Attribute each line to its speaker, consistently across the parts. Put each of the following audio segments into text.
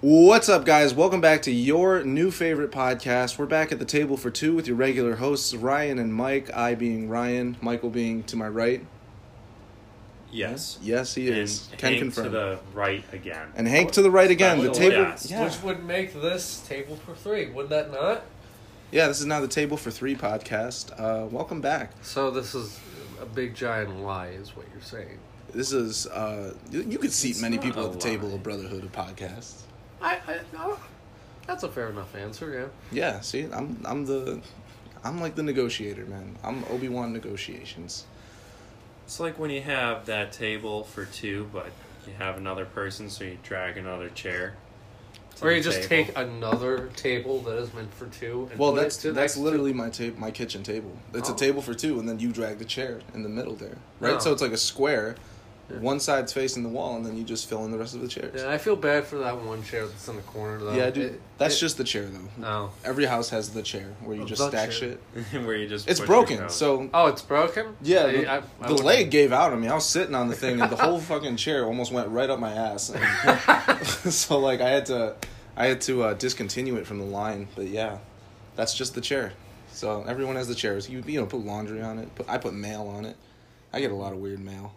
Speaker 1: What's up, guys? Welcome back to your new favorite podcast. We're back at the table for two with your regular hosts, Ryan and Mike. I being Ryan, Michael being to my right.
Speaker 2: Yes.
Speaker 1: Yes, he is.
Speaker 2: And
Speaker 1: Can
Speaker 2: Hank
Speaker 1: confirm.
Speaker 2: to the right again.
Speaker 1: and Hank to the right again. The
Speaker 2: Oh,
Speaker 1: table.
Speaker 2: yes.
Speaker 1: Yeah.
Speaker 3: Which would make this table for three, would that not?
Speaker 1: yeah, this is now the Table for Three podcast. Uh, welcome back.
Speaker 3: So this is a big giant lie, is what you're saying.
Speaker 1: This is, uh, you, you could seat
Speaker 2: It's
Speaker 1: many
Speaker 2: not
Speaker 1: people
Speaker 2: a
Speaker 1: at the table
Speaker 2: lie.
Speaker 1: of Brotherhood of Podcasts.
Speaker 3: I, I, no, that's a fair enough answer.
Speaker 1: Yeah, see, I'm I'm the I'm like the negotiator, man. I'm Obi Wan negotiations.
Speaker 2: It's like when you have that table for two, but you have another person, so you drag another chair.
Speaker 3: Yeah,
Speaker 2: to
Speaker 3: or
Speaker 2: the
Speaker 3: you just
Speaker 2: table.
Speaker 3: take another table that is meant for two. And
Speaker 1: Well,
Speaker 3: put it
Speaker 1: that's
Speaker 3: to
Speaker 1: that's
Speaker 3: next to-
Speaker 1: literally my table, my kitchen table. It's a
Speaker 3: Oh.
Speaker 1: table for two, and then you drag the chair in the middle there, right?
Speaker 3: No.
Speaker 1: So it's like a square.
Speaker 3: Yeah.
Speaker 1: One side's facing the wall, and then you just fill in the rest of the chairs.
Speaker 3: Yeah, I feel bad for that one chair that's in the corner though.
Speaker 1: yeah, I do.
Speaker 3: It-
Speaker 1: that's
Speaker 3: it- oh.
Speaker 1: just the chair, though.
Speaker 3: no.
Speaker 1: Every house has the chair where you
Speaker 3: Oh,
Speaker 1: just
Speaker 3: the
Speaker 1: stack
Speaker 3: chair.
Speaker 1: shit.
Speaker 2: where you just
Speaker 1: It's
Speaker 2: put your
Speaker 1: broken,
Speaker 2: phone.
Speaker 1: so
Speaker 3: Oh, it's broken.
Speaker 1: yeah,
Speaker 3: I-
Speaker 1: the,
Speaker 3: I- I
Speaker 1: the
Speaker 3: wouldn't-
Speaker 1: leg gave out on me. I was sitting on the thing, and the whole fucking chair almost went right up my ass. And- so like, I had to, I had to uh, discontinue it from the line. But yeah, that's just the chair. So everyone has the chairs. You you know put laundry on it. Put, I put mail on it. I get a lot of weird mail.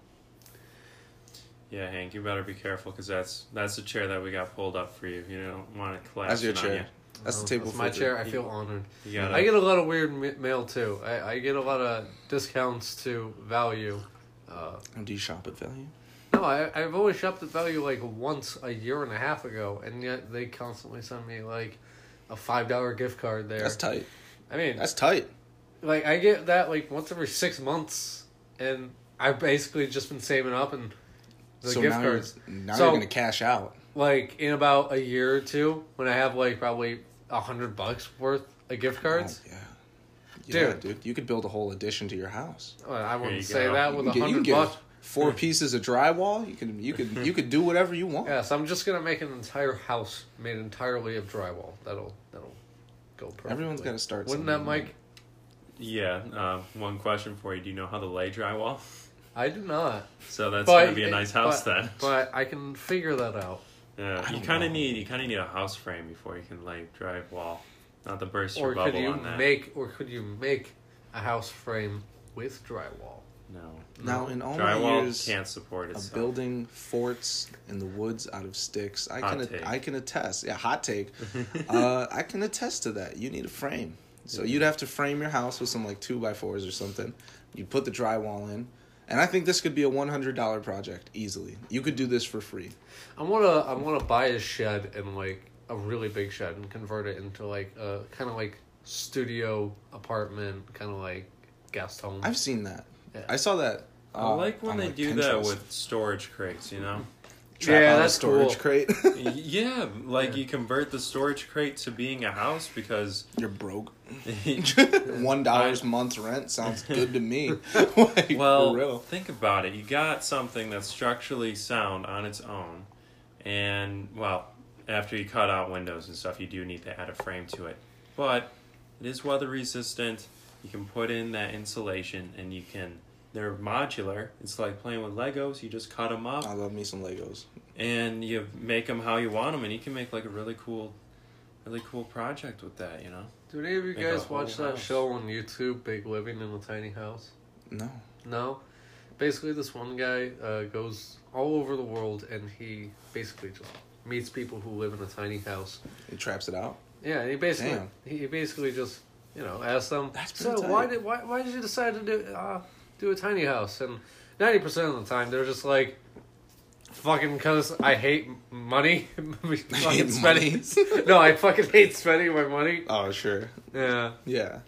Speaker 2: yeah, Hank, you better be careful because that's that's the chair that we got pulled up for you. You don't want it collapsing
Speaker 1: That's your
Speaker 2: on
Speaker 1: chair. That's the
Speaker 3: No,
Speaker 1: table.
Speaker 3: That's my
Speaker 1: for-
Speaker 3: chair. I feel honored.
Speaker 2: you. You gotta,
Speaker 3: I get a lot of weird ma- mail too. I, I get a lot of discounts to value. Uh,
Speaker 1: Do you shop at Value?
Speaker 3: No, I, I've only shopped at Value like once a year and a half ago, and yet they constantly send me like a five dollar gift card there.
Speaker 1: That's tight.
Speaker 3: I mean,
Speaker 1: That's tight.
Speaker 3: like I get that like once every six months, and I've basically just been saving up and the
Speaker 1: so
Speaker 3: gift
Speaker 1: now
Speaker 3: cards.
Speaker 1: you're now
Speaker 3: So-
Speaker 1: you're gonna cash out.
Speaker 3: Like in about a year or two, when I have like probably a hundred bucks worth of gift cards,
Speaker 1: Oh, yeah. Yeah,
Speaker 3: Dude.
Speaker 1: dude, you could build a whole addition to your house.
Speaker 3: well, I
Speaker 2: you
Speaker 3: wouldn't say
Speaker 2: go.
Speaker 3: that
Speaker 1: You
Speaker 3: with
Speaker 1: can
Speaker 3: a
Speaker 1: get- you can
Speaker 3: hundred
Speaker 1: get
Speaker 3: bucks.
Speaker 1: four pieces of drywall. You can you could you could do whatever you want.
Speaker 3: Yeah, so I'm just gonna make an entire house made entirely of drywall. That'll that'll go. Perfectly.
Speaker 1: Everyone's got to start.
Speaker 3: Wouldn't that,
Speaker 1: somewhere.
Speaker 3: Mike?
Speaker 2: yeah. Uh, one question for you: Do you know how to lay drywall?
Speaker 3: I do not.
Speaker 2: So that's
Speaker 3: But-
Speaker 2: gonna be a nice house
Speaker 3: but-
Speaker 2: then.
Speaker 3: But I can figure that out.
Speaker 2: Yeah,
Speaker 1: I
Speaker 2: you
Speaker 1: don't
Speaker 2: kind
Speaker 1: know.
Speaker 2: of need you kind of need a house frame before you can lay drywall. Not the burst your
Speaker 3: Or could
Speaker 2: bubble
Speaker 3: you
Speaker 2: on that.
Speaker 3: make or could you make a house frame with drywall?
Speaker 2: no.
Speaker 1: Now in all my
Speaker 2: Drywall
Speaker 1: years
Speaker 2: can't support
Speaker 1: of
Speaker 2: itself.
Speaker 1: building forts in the woods out of sticks, I
Speaker 2: Hot
Speaker 1: can
Speaker 2: take.
Speaker 1: I can attest. Yeah, hot take. uh, I can attest to that. You need a frame, so you'd have to frame your house with some like two by fours or something. You put the drywall in. And I think this could be a one hundred dollar project easily. You could do this for free.
Speaker 3: I wanna I wanna buy a shed and like a really big shed and convert it into like a kind of like studio apartment, kind of like guest home.
Speaker 1: I've seen that.
Speaker 3: Yeah.
Speaker 1: I saw that. uh,
Speaker 2: I like when
Speaker 1: on,
Speaker 2: they
Speaker 1: like,
Speaker 2: do that
Speaker 1: Pinterest.
Speaker 2: with storage crates, you know?
Speaker 1: Trap
Speaker 3: Yeah,
Speaker 1: out a
Speaker 3: that's
Speaker 1: storage
Speaker 3: cool.
Speaker 1: crate.
Speaker 2: yeah, like you convert the storage crate to being a house because
Speaker 1: You're broke.
Speaker 2: well,
Speaker 1: One dollar's month rent sounds good to me. like, for real.
Speaker 2: think about it. You got something that's structurally sound on its own and well, after you cut out windows and stuff, you do need to add a frame to it. But it is weather resistant. You can put in that insulation and you can they're modular. It's like playing with Legos. You just cut them up.
Speaker 1: I love me some Legos.
Speaker 2: and you make them how you want them, and you can make like a really cool, really cool project with that. You know,
Speaker 3: do any of you
Speaker 2: Make a
Speaker 3: guys
Speaker 2: whole
Speaker 3: watch that
Speaker 2: house.
Speaker 3: show on YouTube, Big Living in a Tiny House?
Speaker 1: No.
Speaker 3: No. Basically, this one guy uh, goes all over the world and he basically just meets people who live in a tiny house.
Speaker 1: It traps it out.
Speaker 3: Yeah, and he basically
Speaker 1: Damn.
Speaker 3: he basically just you know asks them.
Speaker 1: That's
Speaker 3: so
Speaker 1: pretty tight.
Speaker 3: why did why why did you decide to do uh, do a tiny house? And ninety percent of the time they're just like. Fucking cause I hate m- money. I
Speaker 1: hate
Speaker 3: no, I fucking hate spending my money.
Speaker 1: Oh sure.
Speaker 3: Yeah.
Speaker 1: Yeah.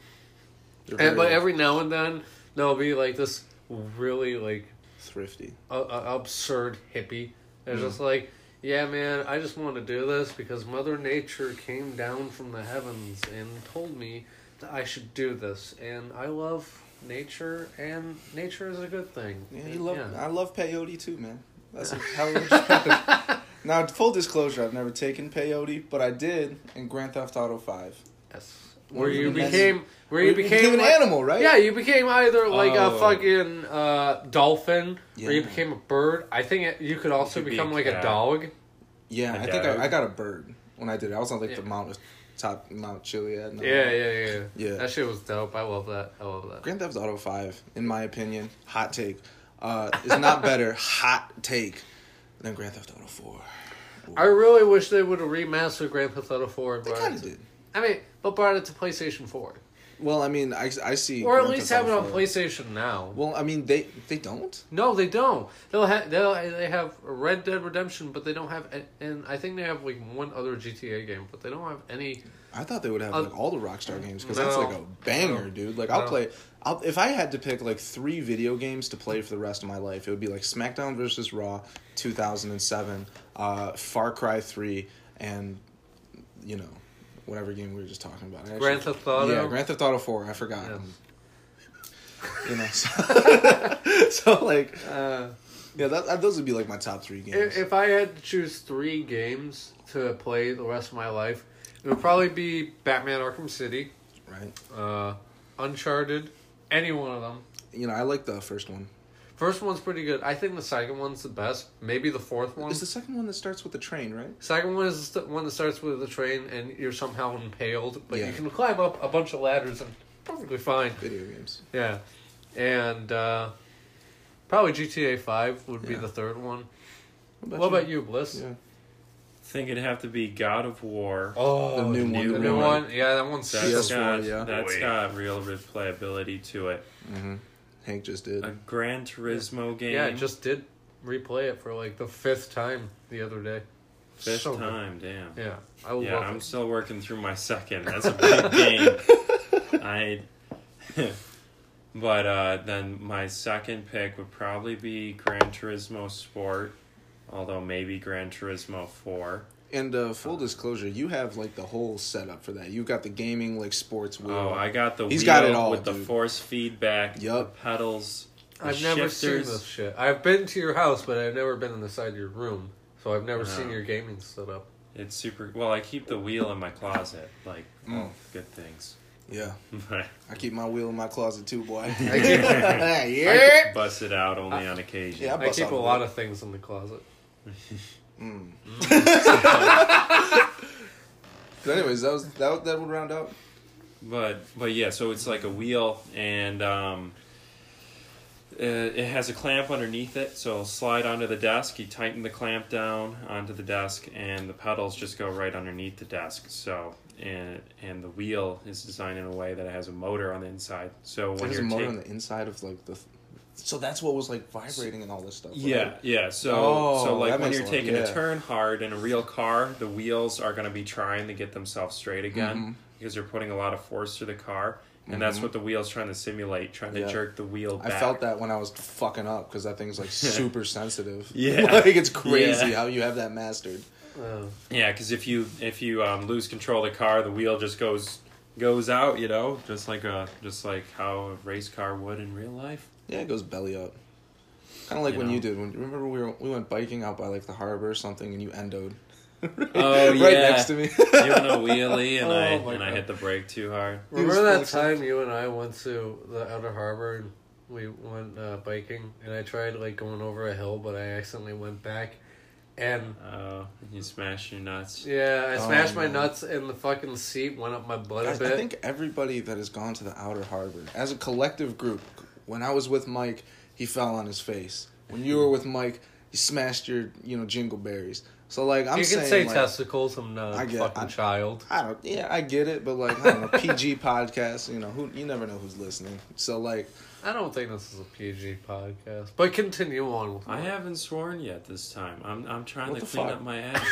Speaker 1: They're
Speaker 3: And, but
Speaker 1: very
Speaker 3: every now and then there'll be like this really like
Speaker 1: thrifty.
Speaker 3: a, a absurd hippie. They're
Speaker 1: Mm.
Speaker 3: just like, yeah, man, I just want to do this because Mother Nature came down from the heavens and told me that I should do this, and I love nature, and nature is a good thing.
Speaker 1: Yeah, you
Speaker 3: And-
Speaker 1: love.
Speaker 3: yeah.
Speaker 1: I love peyote too, man. That's a, how we just happened. Now, full disclosure, I've never taken peyote, but I did in Grand Theft Auto Five.
Speaker 3: Yes. where you
Speaker 1: And that's-
Speaker 3: became where you
Speaker 1: we- we
Speaker 3: became
Speaker 1: an
Speaker 3: like-
Speaker 1: animal, right?
Speaker 3: Yeah, you became either like
Speaker 1: Oh.
Speaker 3: a fucking uh, dolphin or you
Speaker 1: Yeah.
Speaker 3: became a bird. I think it, you could also
Speaker 2: could be
Speaker 3: become
Speaker 2: a
Speaker 3: like a
Speaker 2: cat.
Speaker 3: dog.
Speaker 1: Yeah,
Speaker 2: A
Speaker 1: I think
Speaker 2: dog.
Speaker 1: I, I got a bird when I did it. I was on like
Speaker 3: Yeah.
Speaker 1: the Mount top Mount Chiliad. and all
Speaker 3: Yeah,
Speaker 1: that.
Speaker 3: yeah, yeah, yeah.
Speaker 1: Yeah.
Speaker 3: That shit was dope. I love that. I love that.
Speaker 1: Grand Theft Auto Five, in my opinion, hot take, uh, is not better. hot take than Grand Theft Auto Four.
Speaker 3: I really wish they would have remastered Grand Theft Auto 4 and
Speaker 1: They
Speaker 3: brought
Speaker 1: kind
Speaker 3: it
Speaker 1: of
Speaker 3: to,
Speaker 1: did.
Speaker 3: I mean, but brought it to PlayStation 4.
Speaker 1: Well, I mean, I, I see.
Speaker 3: Or at
Speaker 1: Grand
Speaker 3: least
Speaker 1: Theft
Speaker 3: have it
Speaker 1: Auto
Speaker 3: on
Speaker 1: 4.
Speaker 3: PlayStation now.
Speaker 1: Well, I mean, they they don't.
Speaker 3: No, they don't. They'll have they'll they have Red Dead Redemption, but they don't have and I think they have like one other GTA game, but they don't have any.
Speaker 1: I thought they would have
Speaker 3: Uh,
Speaker 1: like all the Rockstar games because
Speaker 3: no.
Speaker 1: that's like a banger,
Speaker 3: No.
Speaker 1: dude. Like I'll
Speaker 3: No.
Speaker 1: play. I'll, if I had to pick like three video games to play for the rest of my life, it would be like SmackDown versus Raw, two thousand and seven, uh, Far Cry three, and you know, whatever game we were just talking about. I actually-
Speaker 3: Grand Theft Auto?
Speaker 1: Yeah, Grand Theft Auto four. I forgot.
Speaker 3: Yes.
Speaker 1: You know, so, so, like
Speaker 3: Uh,
Speaker 1: yeah, that, that- those would be like my top three games.
Speaker 3: if, if I had to choose three games to play the rest of my life, it would probably be Batman: Arkham City,
Speaker 1: right.
Speaker 3: uh, Uncharted, any one of them.
Speaker 1: You know, I like the first one.
Speaker 3: First one's pretty good. I think the second one's the best. Maybe the fourth one.
Speaker 1: It's the second one that starts with the train, right?
Speaker 3: Second one is the one that starts with a train and you're somehow impaled, but
Speaker 1: Yeah.
Speaker 3: you can climb up a bunch of ladders and perfectly fine.
Speaker 1: Video games.
Speaker 3: Yeah, and uh, probably GTA Five would be
Speaker 1: Yeah.
Speaker 3: the third one. what about you, Bliss?
Speaker 1: Yeah.
Speaker 2: think it'd have to be God of War.
Speaker 3: Oh,
Speaker 1: The new
Speaker 3: the
Speaker 1: one.
Speaker 3: new,
Speaker 2: The
Speaker 1: new
Speaker 3: one. Yeah, that one's
Speaker 2: That's
Speaker 1: Yes.
Speaker 3: so
Speaker 2: got,
Speaker 1: PS4, yeah.
Speaker 2: that's
Speaker 3: Boy.
Speaker 2: got real replayability to it.
Speaker 1: hmm Hank just did.
Speaker 2: A Gran Turismo game.
Speaker 3: Yeah, I just did replay it for like the fifth time the other day.
Speaker 2: fifth
Speaker 3: so good.
Speaker 2: time. Damn.
Speaker 3: Yeah, I
Speaker 2: Yeah,
Speaker 3: love
Speaker 2: I'm
Speaker 3: it.
Speaker 2: still working through my second. That's a big game. I. but uh, then my second pick would probably be Gran Turismo Sport, although maybe Gran Turismo Four.
Speaker 1: and uh, full disclosure, you have like the whole setup for that. You've got the gaming, like sports wheel.
Speaker 2: Oh, I got the
Speaker 1: He's
Speaker 2: wheel
Speaker 1: got it all,
Speaker 2: with the
Speaker 1: dude.
Speaker 2: force feedback, the
Speaker 1: Yup.
Speaker 2: pedals, the
Speaker 3: I've never seen
Speaker 2: shifters.
Speaker 3: this shit. I've been to your house, but I've never been in the side of your room, so I've never
Speaker 2: No.
Speaker 3: seen your gaming setup.
Speaker 2: It's super. Well, I keep the wheel in my closet, like
Speaker 1: Mm.
Speaker 2: oh, good things.
Speaker 1: yeah,
Speaker 2: But
Speaker 1: I keep my wheel in my closet too, boy.
Speaker 3: keep-
Speaker 1: yeah.
Speaker 2: bust it out only on occasion.
Speaker 1: Yeah,
Speaker 3: I
Speaker 1: bust
Speaker 3: keep
Speaker 1: out
Speaker 3: a
Speaker 1: of
Speaker 3: lot
Speaker 1: it.
Speaker 3: of things in the closet.
Speaker 1: Mm. but anyways, that was that. That would round out.
Speaker 2: But but yeah, so it's like a wheel, and um, uh, it has a clamp underneath it, so it'll slide onto the desk. You tighten the clamp down onto the desk, and the pedals just go right underneath the desk. So and and the wheel is designed in a way that it has a motor on the inside. So when
Speaker 1: There's a
Speaker 2: you're
Speaker 1: motor
Speaker 2: ta-
Speaker 1: on the inside of like the. th- so that's what was like vibrating and all this stuff. right?
Speaker 2: Yeah, yeah. So,
Speaker 1: Oh,
Speaker 2: so like
Speaker 1: that
Speaker 2: when
Speaker 1: makes
Speaker 2: you're
Speaker 1: a lot-
Speaker 2: taking a
Speaker 1: yeah.
Speaker 2: turn hard in a real car, the wheels are going to be trying to get themselves straight again
Speaker 1: Mhm.
Speaker 2: because you're putting a lot of force through the car, and that's
Speaker 1: Mhm.
Speaker 2: what the wheels trying to simulate, trying to
Speaker 1: Yeah.
Speaker 2: jerk the wheel.
Speaker 1: I
Speaker 2: Back.
Speaker 1: felt that when I was fucking up because that thing's like super sensitive.
Speaker 2: Yeah.
Speaker 1: like it's crazy
Speaker 2: Yeah.
Speaker 1: how you have that mastered.
Speaker 3: Oh.
Speaker 2: Yeah, because if you if you um, lose control of the car, the wheel just goes goes out. You know, just like a just like how a race car would in real life.
Speaker 1: Yeah, it goes belly up. Kind of like
Speaker 2: You
Speaker 1: when
Speaker 2: know.
Speaker 1: you did. When remember we were, we went biking out by like the harbor or something, and you endoed. right,
Speaker 2: Oh,
Speaker 1: right
Speaker 2: yeah.
Speaker 1: next to me.
Speaker 2: Doing a wheelie, and
Speaker 3: Oh,
Speaker 2: I
Speaker 3: my
Speaker 2: and I
Speaker 3: God.
Speaker 2: hit the brake too hard.
Speaker 1: He was
Speaker 3: Remember that
Speaker 1: full of
Speaker 3: time you and I went to the outer harbor and we went uh, biking and I tried like going over a hill but I accidentally went back and
Speaker 2: Oh, you smash your nuts.
Speaker 3: yeah, I
Speaker 1: Oh,
Speaker 3: smashed my
Speaker 1: man.
Speaker 3: nuts and the fucking seat went up my butt
Speaker 1: I,
Speaker 3: a
Speaker 1: I
Speaker 3: bit.
Speaker 1: think everybody that has gone to the outer harbor as a collective group. When I was with Mike, he fell on his face. When you were with Mike, you smashed your you know jingleberries. So like I'm
Speaker 3: you can
Speaker 1: saying,
Speaker 3: say
Speaker 1: like,
Speaker 3: testicles, I'm not
Speaker 1: I
Speaker 3: a
Speaker 1: get-
Speaker 3: fucking
Speaker 1: I-
Speaker 3: child.
Speaker 1: I don't. Yeah, I get it, but like I don't know, PG podcast. You know who you never know who's listening. So like
Speaker 3: I don't think this is a PG podcast. But continue on with
Speaker 2: I
Speaker 3: mine.
Speaker 2: haven't sworn yet this time. I'm I'm trying
Speaker 1: What
Speaker 2: to
Speaker 1: the
Speaker 2: clean
Speaker 1: fuck?
Speaker 2: up my act.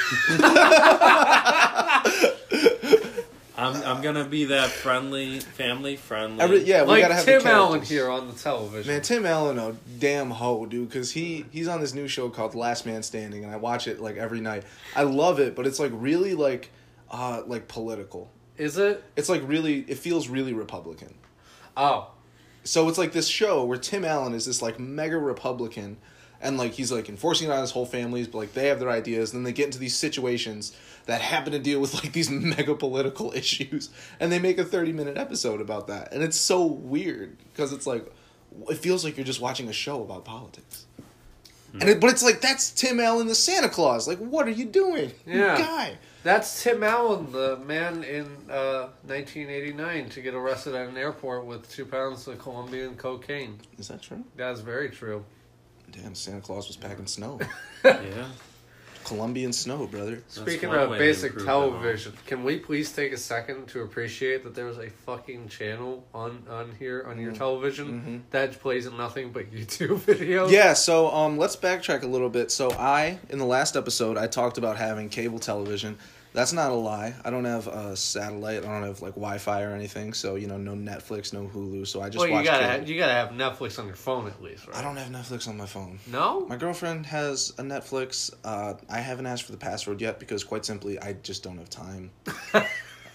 Speaker 2: I'm I'm gonna be that friendly, family friendly.
Speaker 1: every yeah we gotta
Speaker 3: like
Speaker 1: have
Speaker 3: Tim
Speaker 1: the
Speaker 3: Allen
Speaker 1: characters.
Speaker 3: here on the television.
Speaker 1: Man, Tim Allen, a damn hoe, dude, because he he's on this new show called Last Man Standing, and I watch it like every night. I love it, but it's like really like, uh, like political.
Speaker 3: Is it?
Speaker 1: It's like really, it feels really Republican.
Speaker 3: Oh.
Speaker 1: So it's like this show where Tim Allen is this like mega Republican, and like he's like enforcing it on his whole families, but like they have their ideas, and then they get into these situations that happen to deal with like these mega political issues, and they make a thirty minute episode about that, and it's so weird because it's like it feels like you're just watching a show about politics. And it, but it's like that's Tim Allen the Santa Claus. Like, what are you doing, You
Speaker 3: Yeah.
Speaker 1: guy?
Speaker 3: That's Tim Allen, the man in uh, 1989 to get arrested at an airport with two pounds of Colombian cocaine.
Speaker 1: Is that true?
Speaker 3: That is very true.
Speaker 1: Damn, Santa Claus was packing snow,
Speaker 2: yeah.
Speaker 1: Colombian snow, brother.
Speaker 3: Speaking
Speaker 2: one
Speaker 3: of
Speaker 2: way to
Speaker 3: basic
Speaker 2: improve them all.
Speaker 3: television, can we please take a second to appreciate that there's a fucking channel on on here on
Speaker 1: Mm-hmm.
Speaker 3: your television that plays nothing but YouTube videos?
Speaker 1: Yeah, so um, let's backtrack a little bit. So I, in the last episode, I talked about having cable television. That's not a lie. I don't have a satellite. I don't have like Wi-Fi or anything. So you know, no Netflix, no Hulu. So I just
Speaker 3: Well, you
Speaker 1: watch
Speaker 3: gotta
Speaker 1: cable.
Speaker 3: you gotta have Netflix on your phone at least, right?
Speaker 1: I don't have Netflix on my phone.
Speaker 3: No.
Speaker 1: My girlfriend has a Netflix. Uh, I haven't asked for the password yet because, quite simply, I just don't have time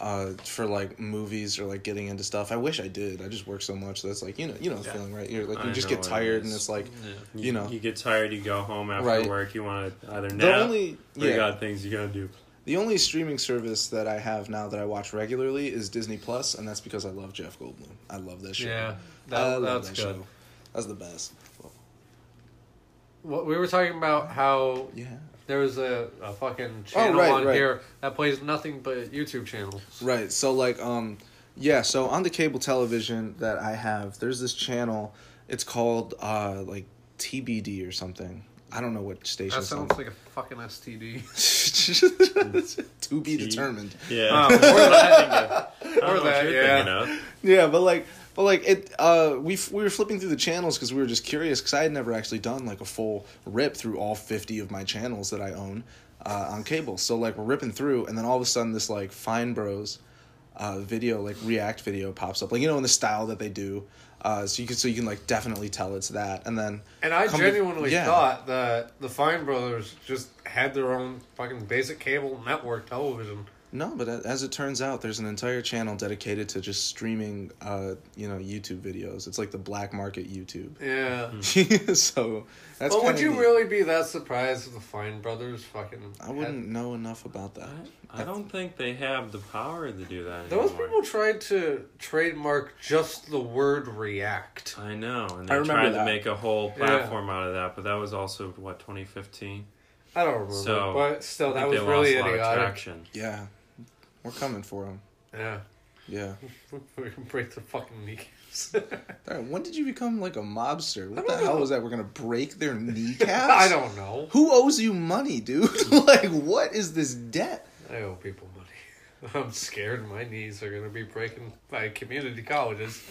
Speaker 1: uh, for like movies or like getting into stuff. I wish I did. I just work so much that's like you know you know the
Speaker 3: Yeah.
Speaker 1: feeling, right? You're like you
Speaker 2: I
Speaker 1: just
Speaker 2: know
Speaker 1: get
Speaker 2: what it
Speaker 1: tired and
Speaker 2: is.
Speaker 1: it's like
Speaker 2: You,
Speaker 1: You know.
Speaker 2: you get tired, you go home after
Speaker 1: Right.
Speaker 2: work, you want to either nap.
Speaker 1: the only
Speaker 2: or
Speaker 1: yeah
Speaker 2: You got things you gotta do.
Speaker 1: the only streaming service that I have now that I watch regularly is Disney Plus, and that's because I love Jeff Goldblum. I love that show.
Speaker 3: Yeah,
Speaker 1: I love
Speaker 3: that, that's
Speaker 1: that
Speaker 3: good.
Speaker 1: show. That's the best.
Speaker 3: What we were talking about how
Speaker 1: Yeah.
Speaker 3: there was a, a fucking channel
Speaker 1: Oh, right,
Speaker 3: on
Speaker 1: right.
Speaker 3: here that plays nothing but YouTube channels.
Speaker 1: Right. So like um yeah, so on the cable television that I have, there's this channel. It's called uh like TBD or something. I don't know what station
Speaker 3: That
Speaker 1: it's on.
Speaker 3: sounds like a fucking STD.
Speaker 1: to be determined.
Speaker 2: Yeah.
Speaker 3: or
Speaker 2: that.
Speaker 3: or that, yeah.
Speaker 1: Yeah, but like but like it uh we f- we were flipping through the channels cuz we were just curious cuz I had never actually done like a full rip through all 50 of my channels that I own uh on cable. So like we're ripping through and then all of a sudden this like Fine Bros uh, video like react video pops up like you know in the style that they do uh, so you can so you can like definitely tell it's that and then
Speaker 3: And I
Speaker 1: come to-
Speaker 3: genuinely
Speaker 1: yeah.
Speaker 3: thought that the Fine Brothers just had their own fucking basic cable network television.
Speaker 1: no but a- as it turns out there's an entire channel dedicated to just streaming uh, you know YouTube videos it's like the black market YouTube
Speaker 3: Yeah.
Speaker 1: so that's
Speaker 3: Hmm. But would
Speaker 1: kinda
Speaker 3: you
Speaker 1: neat.
Speaker 3: really be that surprised if the Fine Brothers fucking?
Speaker 1: I wouldn't know enough about that.
Speaker 2: I don't think they have the power to do that
Speaker 3: Had... Those
Speaker 2: anymore.
Speaker 3: people tried to trademark just the word react.
Speaker 2: I know, and
Speaker 1: I
Speaker 2: they
Speaker 1: remember
Speaker 2: tried
Speaker 1: that.
Speaker 2: to make a whole
Speaker 3: Yeah.
Speaker 2: platform out of that, but that was also what 2015.
Speaker 3: I don't remember,
Speaker 2: So,
Speaker 3: but still,
Speaker 2: I
Speaker 3: Oh, that
Speaker 2: think
Speaker 3: was
Speaker 2: they
Speaker 3: really
Speaker 2: lost a lot of
Speaker 3: idiotic.
Speaker 2: traction.
Speaker 1: Yeah, we're coming for him.
Speaker 3: Yeah,
Speaker 1: Yeah.
Speaker 3: we can break the fucking kneecaps.
Speaker 1: All right, when did you become like a mobster? What the
Speaker 3: don't
Speaker 1: hell
Speaker 3: know.
Speaker 1: was that? We're gonna break their kneecaps?
Speaker 3: I don't know.
Speaker 1: Who owes you money, dude? like, what is this debt?
Speaker 3: I owe people money. I'm scared my knees are gonna be breaking by community colleges.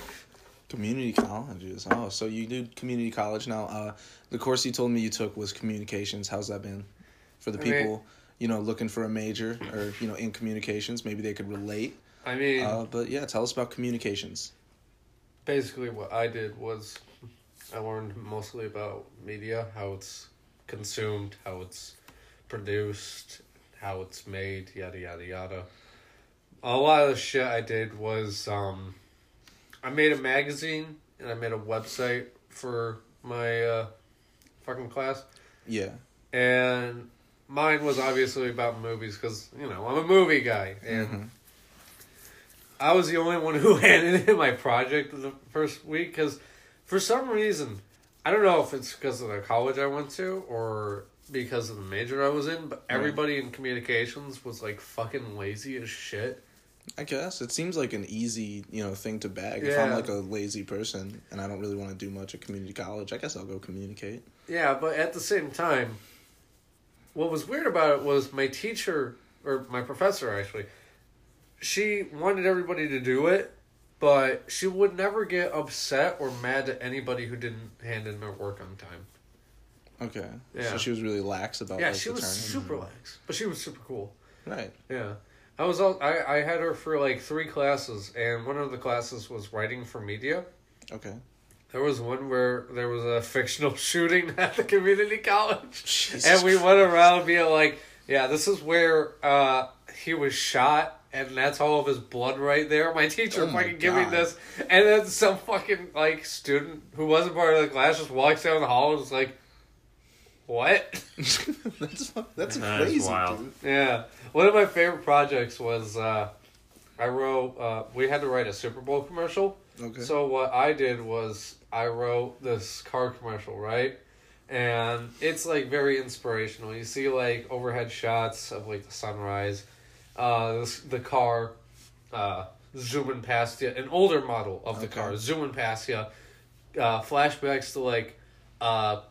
Speaker 1: Community colleges. Oh, so you do community college now. Uh, the course you told me you took was communications. How's that been for the
Speaker 3: I mean-
Speaker 1: people? you know, looking for a major or you know in communications, maybe they could relate.
Speaker 3: I mean,
Speaker 1: Uh, but yeah, tell us about communications.
Speaker 3: basically what I did was I learned mostly about media, how it's consumed, how it's produced, how it's made, yada yada yada. A lot of the shit I did was um I made a magazine and I made a website for my uh fucking class
Speaker 1: Yeah,
Speaker 3: and mine was obviously about movies because you know I'm a movie guy, and
Speaker 1: Mm-hmm.
Speaker 3: I was the only one who handed in my project the first week because for some reason I don't know if it's because of the college I went to or because of the major I was in, but everybody in communications was like fucking lazy as shit.
Speaker 1: I guess it seems like an easy, you know, thing to bag. If I'm
Speaker 3: Yeah.
Speaker 1: like a lazy person and I don't really want to do much at community college, I guess I'll go communicate.
Speaker 3: Yeah, but at the same time, what was weird about it was my teacher or my professor actually, she wanted everybody to do it, but she would never get upset or mad at anybody who didn't hand in their work on time.
Speaker 1: Okay.
Speaker 3: Yeah.
Speaker 1: So she was really lax about
Speaker 3: yeah,
Speaker 1: like,
Speaker 3: she
Speaker 1: the
Speaker 3: was
Speaker 1: turn.
Speaker 3: super lax, but she was super cool.
Speaker 1: Right.
Speaker 3: Yeah. I was all, I, I had her for like three classes and one of the classes was writing for media.
Speaker 1: Okay.
Speaker 3: There was one where there was a fictional shooting at the community college.
Speaker 1: Jesus
Speaker 3: and we went around being like, yeah, this is where uh, he was shot, and that's all of his blood right there. My teacher
Speaker 1: Oh my
Speaker 3: fucking giving
Speaker 1: God.
Speaker 3: this. And then some fucking, like, student who wasn't part of the class just walks down the hall and was like, What?
Speaker 1: that's fu- that's
Speaker 2: That is
Speaker 1: crazy,
Speaker 2: wild.
Speaker 1: dude.
Speaker 3: Yeah. One of my favorite projects was uh, I wrote, uh, we had to write a Super Bowl commercial.
Speaker 1: Okay.
Speaker 3: So what I did was I wrote this car commercial, right? And it's like very inspirational. You see like overhead shots of like the sunrise, uh, this, the car, uh, zooming past you, an older model of the
Speaker 1: Okay.
Speaker 3: car zooming past you, uh, flashbacks to like, uh,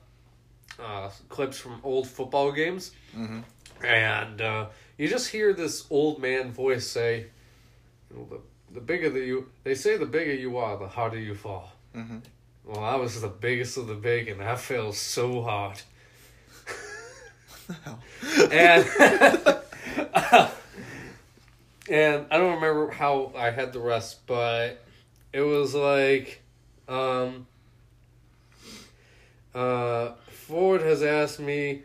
Speaker 3: uh, clips from old football games, and uh, you just hear this old man voice say, you know, the, the bigger that you, they say the bigger you are, the harder you fall.
Speaker 1: Mhm.
Speaker 3: Well, I was the biggest of the big, and I fell so hard. and and I don't remember how I had the rest, but it was like, um, uh, Ford has asked me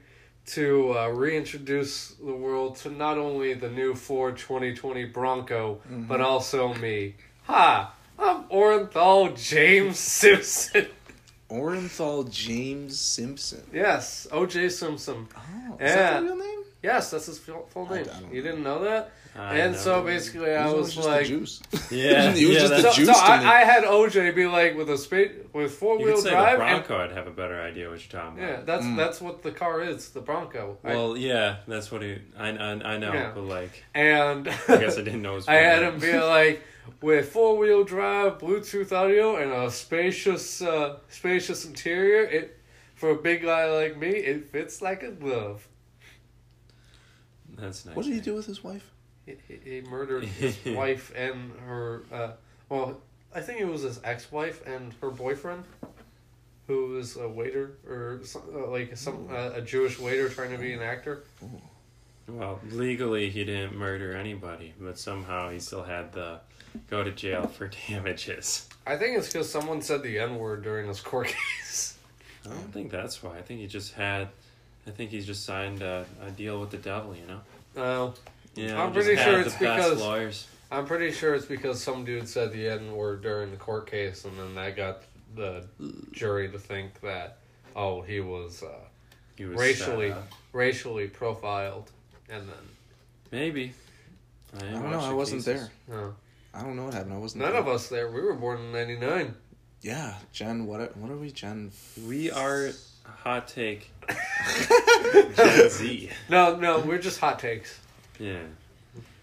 Speaker 3: to uh, reintroduce the world to not only the new Ford 2020 Bronco,
Speaker 1: Mm-hmm.
Speaker 3: but also me. Ha! I'm Orenthal James Simpson.
Speaker 1: Orenthal James Simpson.
Speaker 3: yes, O.J. Simpson.
Speaker 1: Oh, is
Speaker 3: Yeah.
Speaker 1: that the real name?
Speaker 3: Yes, that's his full full
Speaker 1: I- I
Speaker 3: name.
Speaker 1: don't
Speaker 3: you
Speaker 1: know.
Speaker 3: didn't know that?
Speaker 2: I
Speaker 3: and
Speaker 2: know.
Speaker 3: so basically, I
Speaker 1: He
Speaker 3: was
Speaker 1: just
Speaker 3: like,
Speaker 1: the juice.
Speaker 2: Yeah,
Speaker 1: he was just the
Speaker 2: yeah,
Speaker 3: so,
Speaker 2: that's-
Speaker 1: juice
Speaker 3: so
Speaker 1: to me.
Speaker 3: I, I had OJ be like with a speed with four
Speaker 2: You
Speaker 3: wheel
Speaker 2: could say
Speaker 3: drive.
Speaker 2: the
Speaker 3: and-
Speaker 2: Bronco. I'd have a better idea what you're talking
Speaker 3: yeah,
Speaker 2: about.
Speaker 3: that's
Speaker 1: Mm.
Speaker 3: that's what the car is, the Bronco. I-
Speaker 2: Well, yeah, that's what he. I I, I know,
Speaker 3: Yeah.
Speaker 2: but like,
Speaker 3: and
Speaker 2: I guess I didn't know. It was
Speaker 3: I had
Speaker 2: Bronco.
Speaker 3: him be like with four wheel drive, Bluetooth audio, and a spacious uh, spacious interior. It for a big guy like me, it fits like a glove.
Speaker 2: That's nice.
Speaker 1: What did he do with his wife?
Speaker 3: He, he- he murdered his wife and her. Uh, well, I think it was his ex-wife and her boyfriend, who was a waiter or some, uh, like some uh, a Jewish waiter trying to be an actor.
Speaker 2: Well, legally he didn't murder anybody, but somehow he still had the go to jail for damages.
Speaker 3: I think it's because someone said the N-word during his court case.
Speaker 2: I don't think that's why. I think he just had. I think he's just signed a, a deal with the devil. You know.
Speaker 3: Oh.
Speaker 2: Yeah.
Speaker 3: I'm
Speaker 2: he just
Speaker 3: pretty
Speaker 2: had
Speaker 3: sure it's
Speaker 2: the
Speaker 3: because-
Speaker 2: best lawyers.
Speaker 3: I'm pretty sure it's because some dude said the N word during the court case, and then that got the jury to think that, oh, he was uh,
Speaker 2: He was uh,
Speaker 3: racially
Speaker 2: set up.
Speaker 3: racially profiled, and then
Speaker 2: Maybe. I,
Speaker 1: I don't know. I wasn't there.
Speaker 3: no,
Speaker 1: I don't know what happened. I wasn't.
Speaker 3: uh, none
Speaker 1: there.
Speaker 3: of us there. We were born in '99.
Speaker 1: Yeah, Jen. What? Are, what are we, Jen?
Speaker 2: there. We are hot take. Gen Z.
Speaker 3: No, no, we're just hot takes.
Speaker 2: Yeah.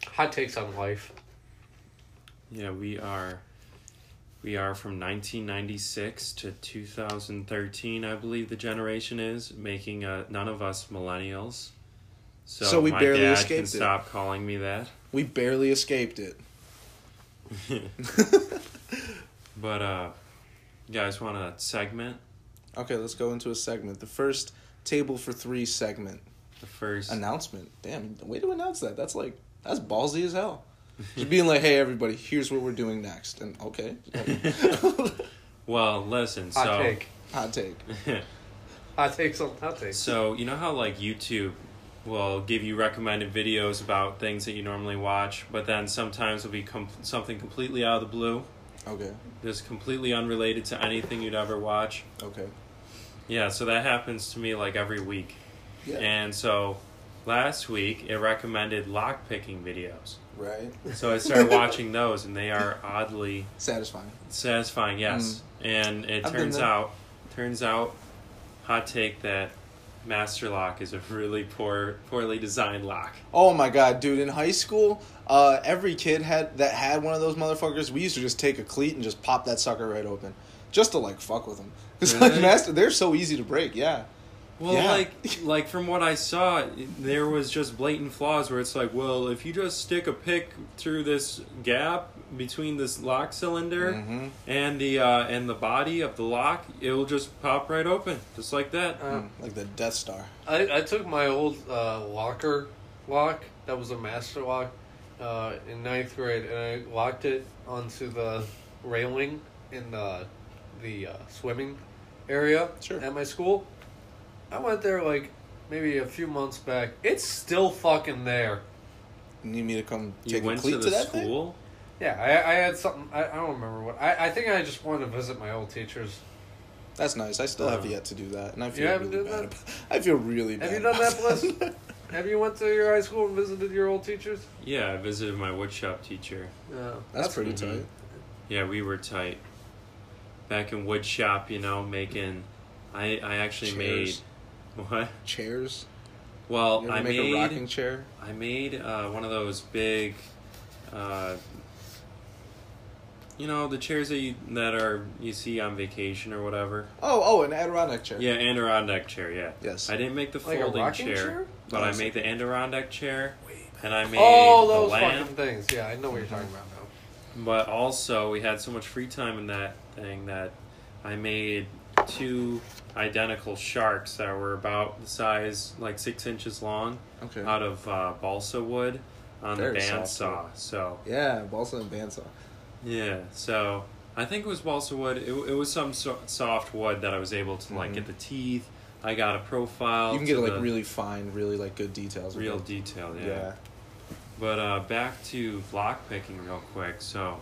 Speaker 3: Hot takes on life.
Speaker 2: Yeah, we are. We are from 1996 to 2013, I believe the generation is making uh, none of us millennials. So,
Speaker 1: So we
Speaker 2: my
Speaker 1: barely
Speaker 2: dad
Speaker 1: escaped
Speaker 2: can
Speaker 1: it.
Speaker 2: stop calling me that.
Speaker 1: We barely escaped it.
Speaker 2: But uh, you guys want a segment?
Speaker 1: Okay, let's go into a segment. The first table for three segment
Speaker 2: The first.
Speaker 1: announcement. Damn, way to announce that. That's like that's ballsy as hell. Just being like, hey everybody, here's what we're doing next, and okay,
Speaker 2: well, listen.
Speaker 3: Hot
Speaker 2: so
Speaker 3: take.
Speaker 1: hot take.
Speaker 3: Hot takes on hot takes.
Speaker 2: So you know how like YouTube will give you recommended videos about things that you normally watch, but then sometimes it'll be com- something completely out of the blue,
Speaker 1: Okay,
Speaker 2: that's completely unrelated to anything you'd ever watch.
Speaker 1: okay.
Speaker 2: Yeah, so that happens to me like every week.
Speaker 1: Yeah.
Speaker 2: And so last week it recommended lock picking videos.
Speaker 1: right.
Speaker 2: So I started watching those and they are oddly
Speaker 1: Satisfying.
Speaker 2: satisfying, yes. And it
Speaker 1: Hmm. I've been
Speaker 2: turns
Speaker 1: there.
Speaker 2: out turns out hot take that Master Lock is a really poor poorly designed lock.
Speaker 1: Oh my god, dude! In high school, uh, every kid had that had one of those motherfuckers. We used to just take a cleat and just pop that sucker right open, just to like fuck with them. It's like
Speaker 2: Really?
Speaker 1: master, they're so easy to break. Yeah,
Speaker 2: Well,
Speaker 1: Yeah.
Speaker 2: like, like from what I saw, there was just blatant flaws where it's like, well, if you just stick a pick through this gap between this lock cylinder
Speaker 1: Mhm.
Speaker 2: and the uh, and the body of the lock, it will just pop right open, just like that.
Speaker 3: Uh,
Speaker 1: like the Death Star.
Speaker 3: I, I took my old uh, locker lock that was a master lock uh, in ninth grade and I locked it onto the railing in the the uh, swimming area
Speaker 1: Sure.
Speaker 3: at my school. I went there like maybe a few months back. It's still fucking there.
Speaker 1: You need me to come
Speaker 2: you
Speaker 1: take a
Speaker 2: went
Speaker 1: cleat
Speaker 2: to
Speaker 1: to,
Speaker 2: the
Speaker 1: that thing?
Speaker 2: school.
Speaker 3: Yeah, I, I had something. I, I don't remember what. I, I think I just wanted to visit my old teachers.
Speaker 1: That's nice. I still have
Speaker 2: Uh-huh.
Speaker 1: yet to do that, and I
Speaker 3: You
Speaker 1: feel
Speaker 3: haven't
Speaker 1: really
Speaker 3: done
Speaker 1: bad.
Speaker 3: that?
Speaker 1: About, I feel really bad.
Speaker 3: Have you done that,
Speaker 1: about
Speaker 3: Bliss? Have you went to your high school and visited your old teachers?
Speaker 2: Yeah, I visited my woodshop teacher.
Speaker 3: No.
Speaker 1: That's, pretty
Speaker 2: Mhm.
Speaker 1: tight.
Speaker 2: Yeah, we were tight. Back in woodshop, you know, making. I I actually
Speaker 1: Chairs.
Speaker 2: made. What?
Speaker 1: Chairs. You
Speaker 2: Well,
Speaker 1: ever
Speaker 2: I
Speaker 1: make
Speaker 2: made.
Speaker 1: a rocking chair.
Speaker 2: I made uh, one of those big, uh, you know, the chairs that you that are you see on vacation or whatever.
Speaker 1: Oh, oh, an Adirondack chair.
Speaker 2: Yeah, Adirondack chair. Yeah.
Speaker 1: Yes.
Speaker 2: I didn't make the
Speaker 3: Like a
Speaker 2: folding
Speaker 3: rocking
Speaker 2: chair,
Speaker 3: chair?
Speaker 2: but
Speaker 1: Oh,
Speaker 2: I
Speaker 1: so-
Speaker 2: made the Adirondack chair, and I made
Speaker 3: Oh,
Speaker 2: the
Speaker 3: those
Speaker 2: lamp.
Speaker 3: fucking things. Yeah, I know what you're talking about now.
Speaker 2: But also, we had so much free time in that thing that I made two identical sharks that were about the size, like six inches long,
Speaker 1: Okay.
Speaker 2: out of uh, balsa wood on
Speaker 1: Very
Speaker 2: the
Speaker 1: soft
Speaker 2: bandsaw. So
Speaker 1: yeah, balsa and bandsaw.
Speaker 2: yeah, so I think it was balsa wood. It, it was some so- soft wood that I was able to like
Speaker 1: Mhm.
Speaker 2: get the teeth. I got a profile.
Speaker 1: You can get
Speaker 2: to
Speaker 1: like
Speaker 2: the
Speaker 1: really fine, really like good details. with
Speaker 2: real
Speaker 1: it.
Speaker 2: detail.
Speaker 1: Yeah.
Speaker 2: But uh, back to lock picking real quick. So,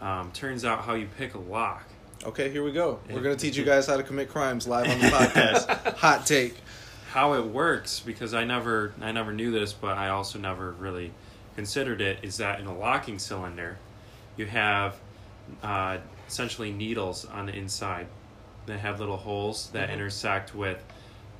Speaker 2: um, turns out how you pick a lock.
Speaker 1: Okay, here we go.
Speaker 2: Yeah.
Speaker 1: We're gonna teach you guys how to commit crimes live on the podcast. Hot take.
Speaker 2: How it works because I never I never knew this, but I also never really considered it. Is that in a locking cylinder, you have uh, essentially needles on the inside that have little holes that intersect with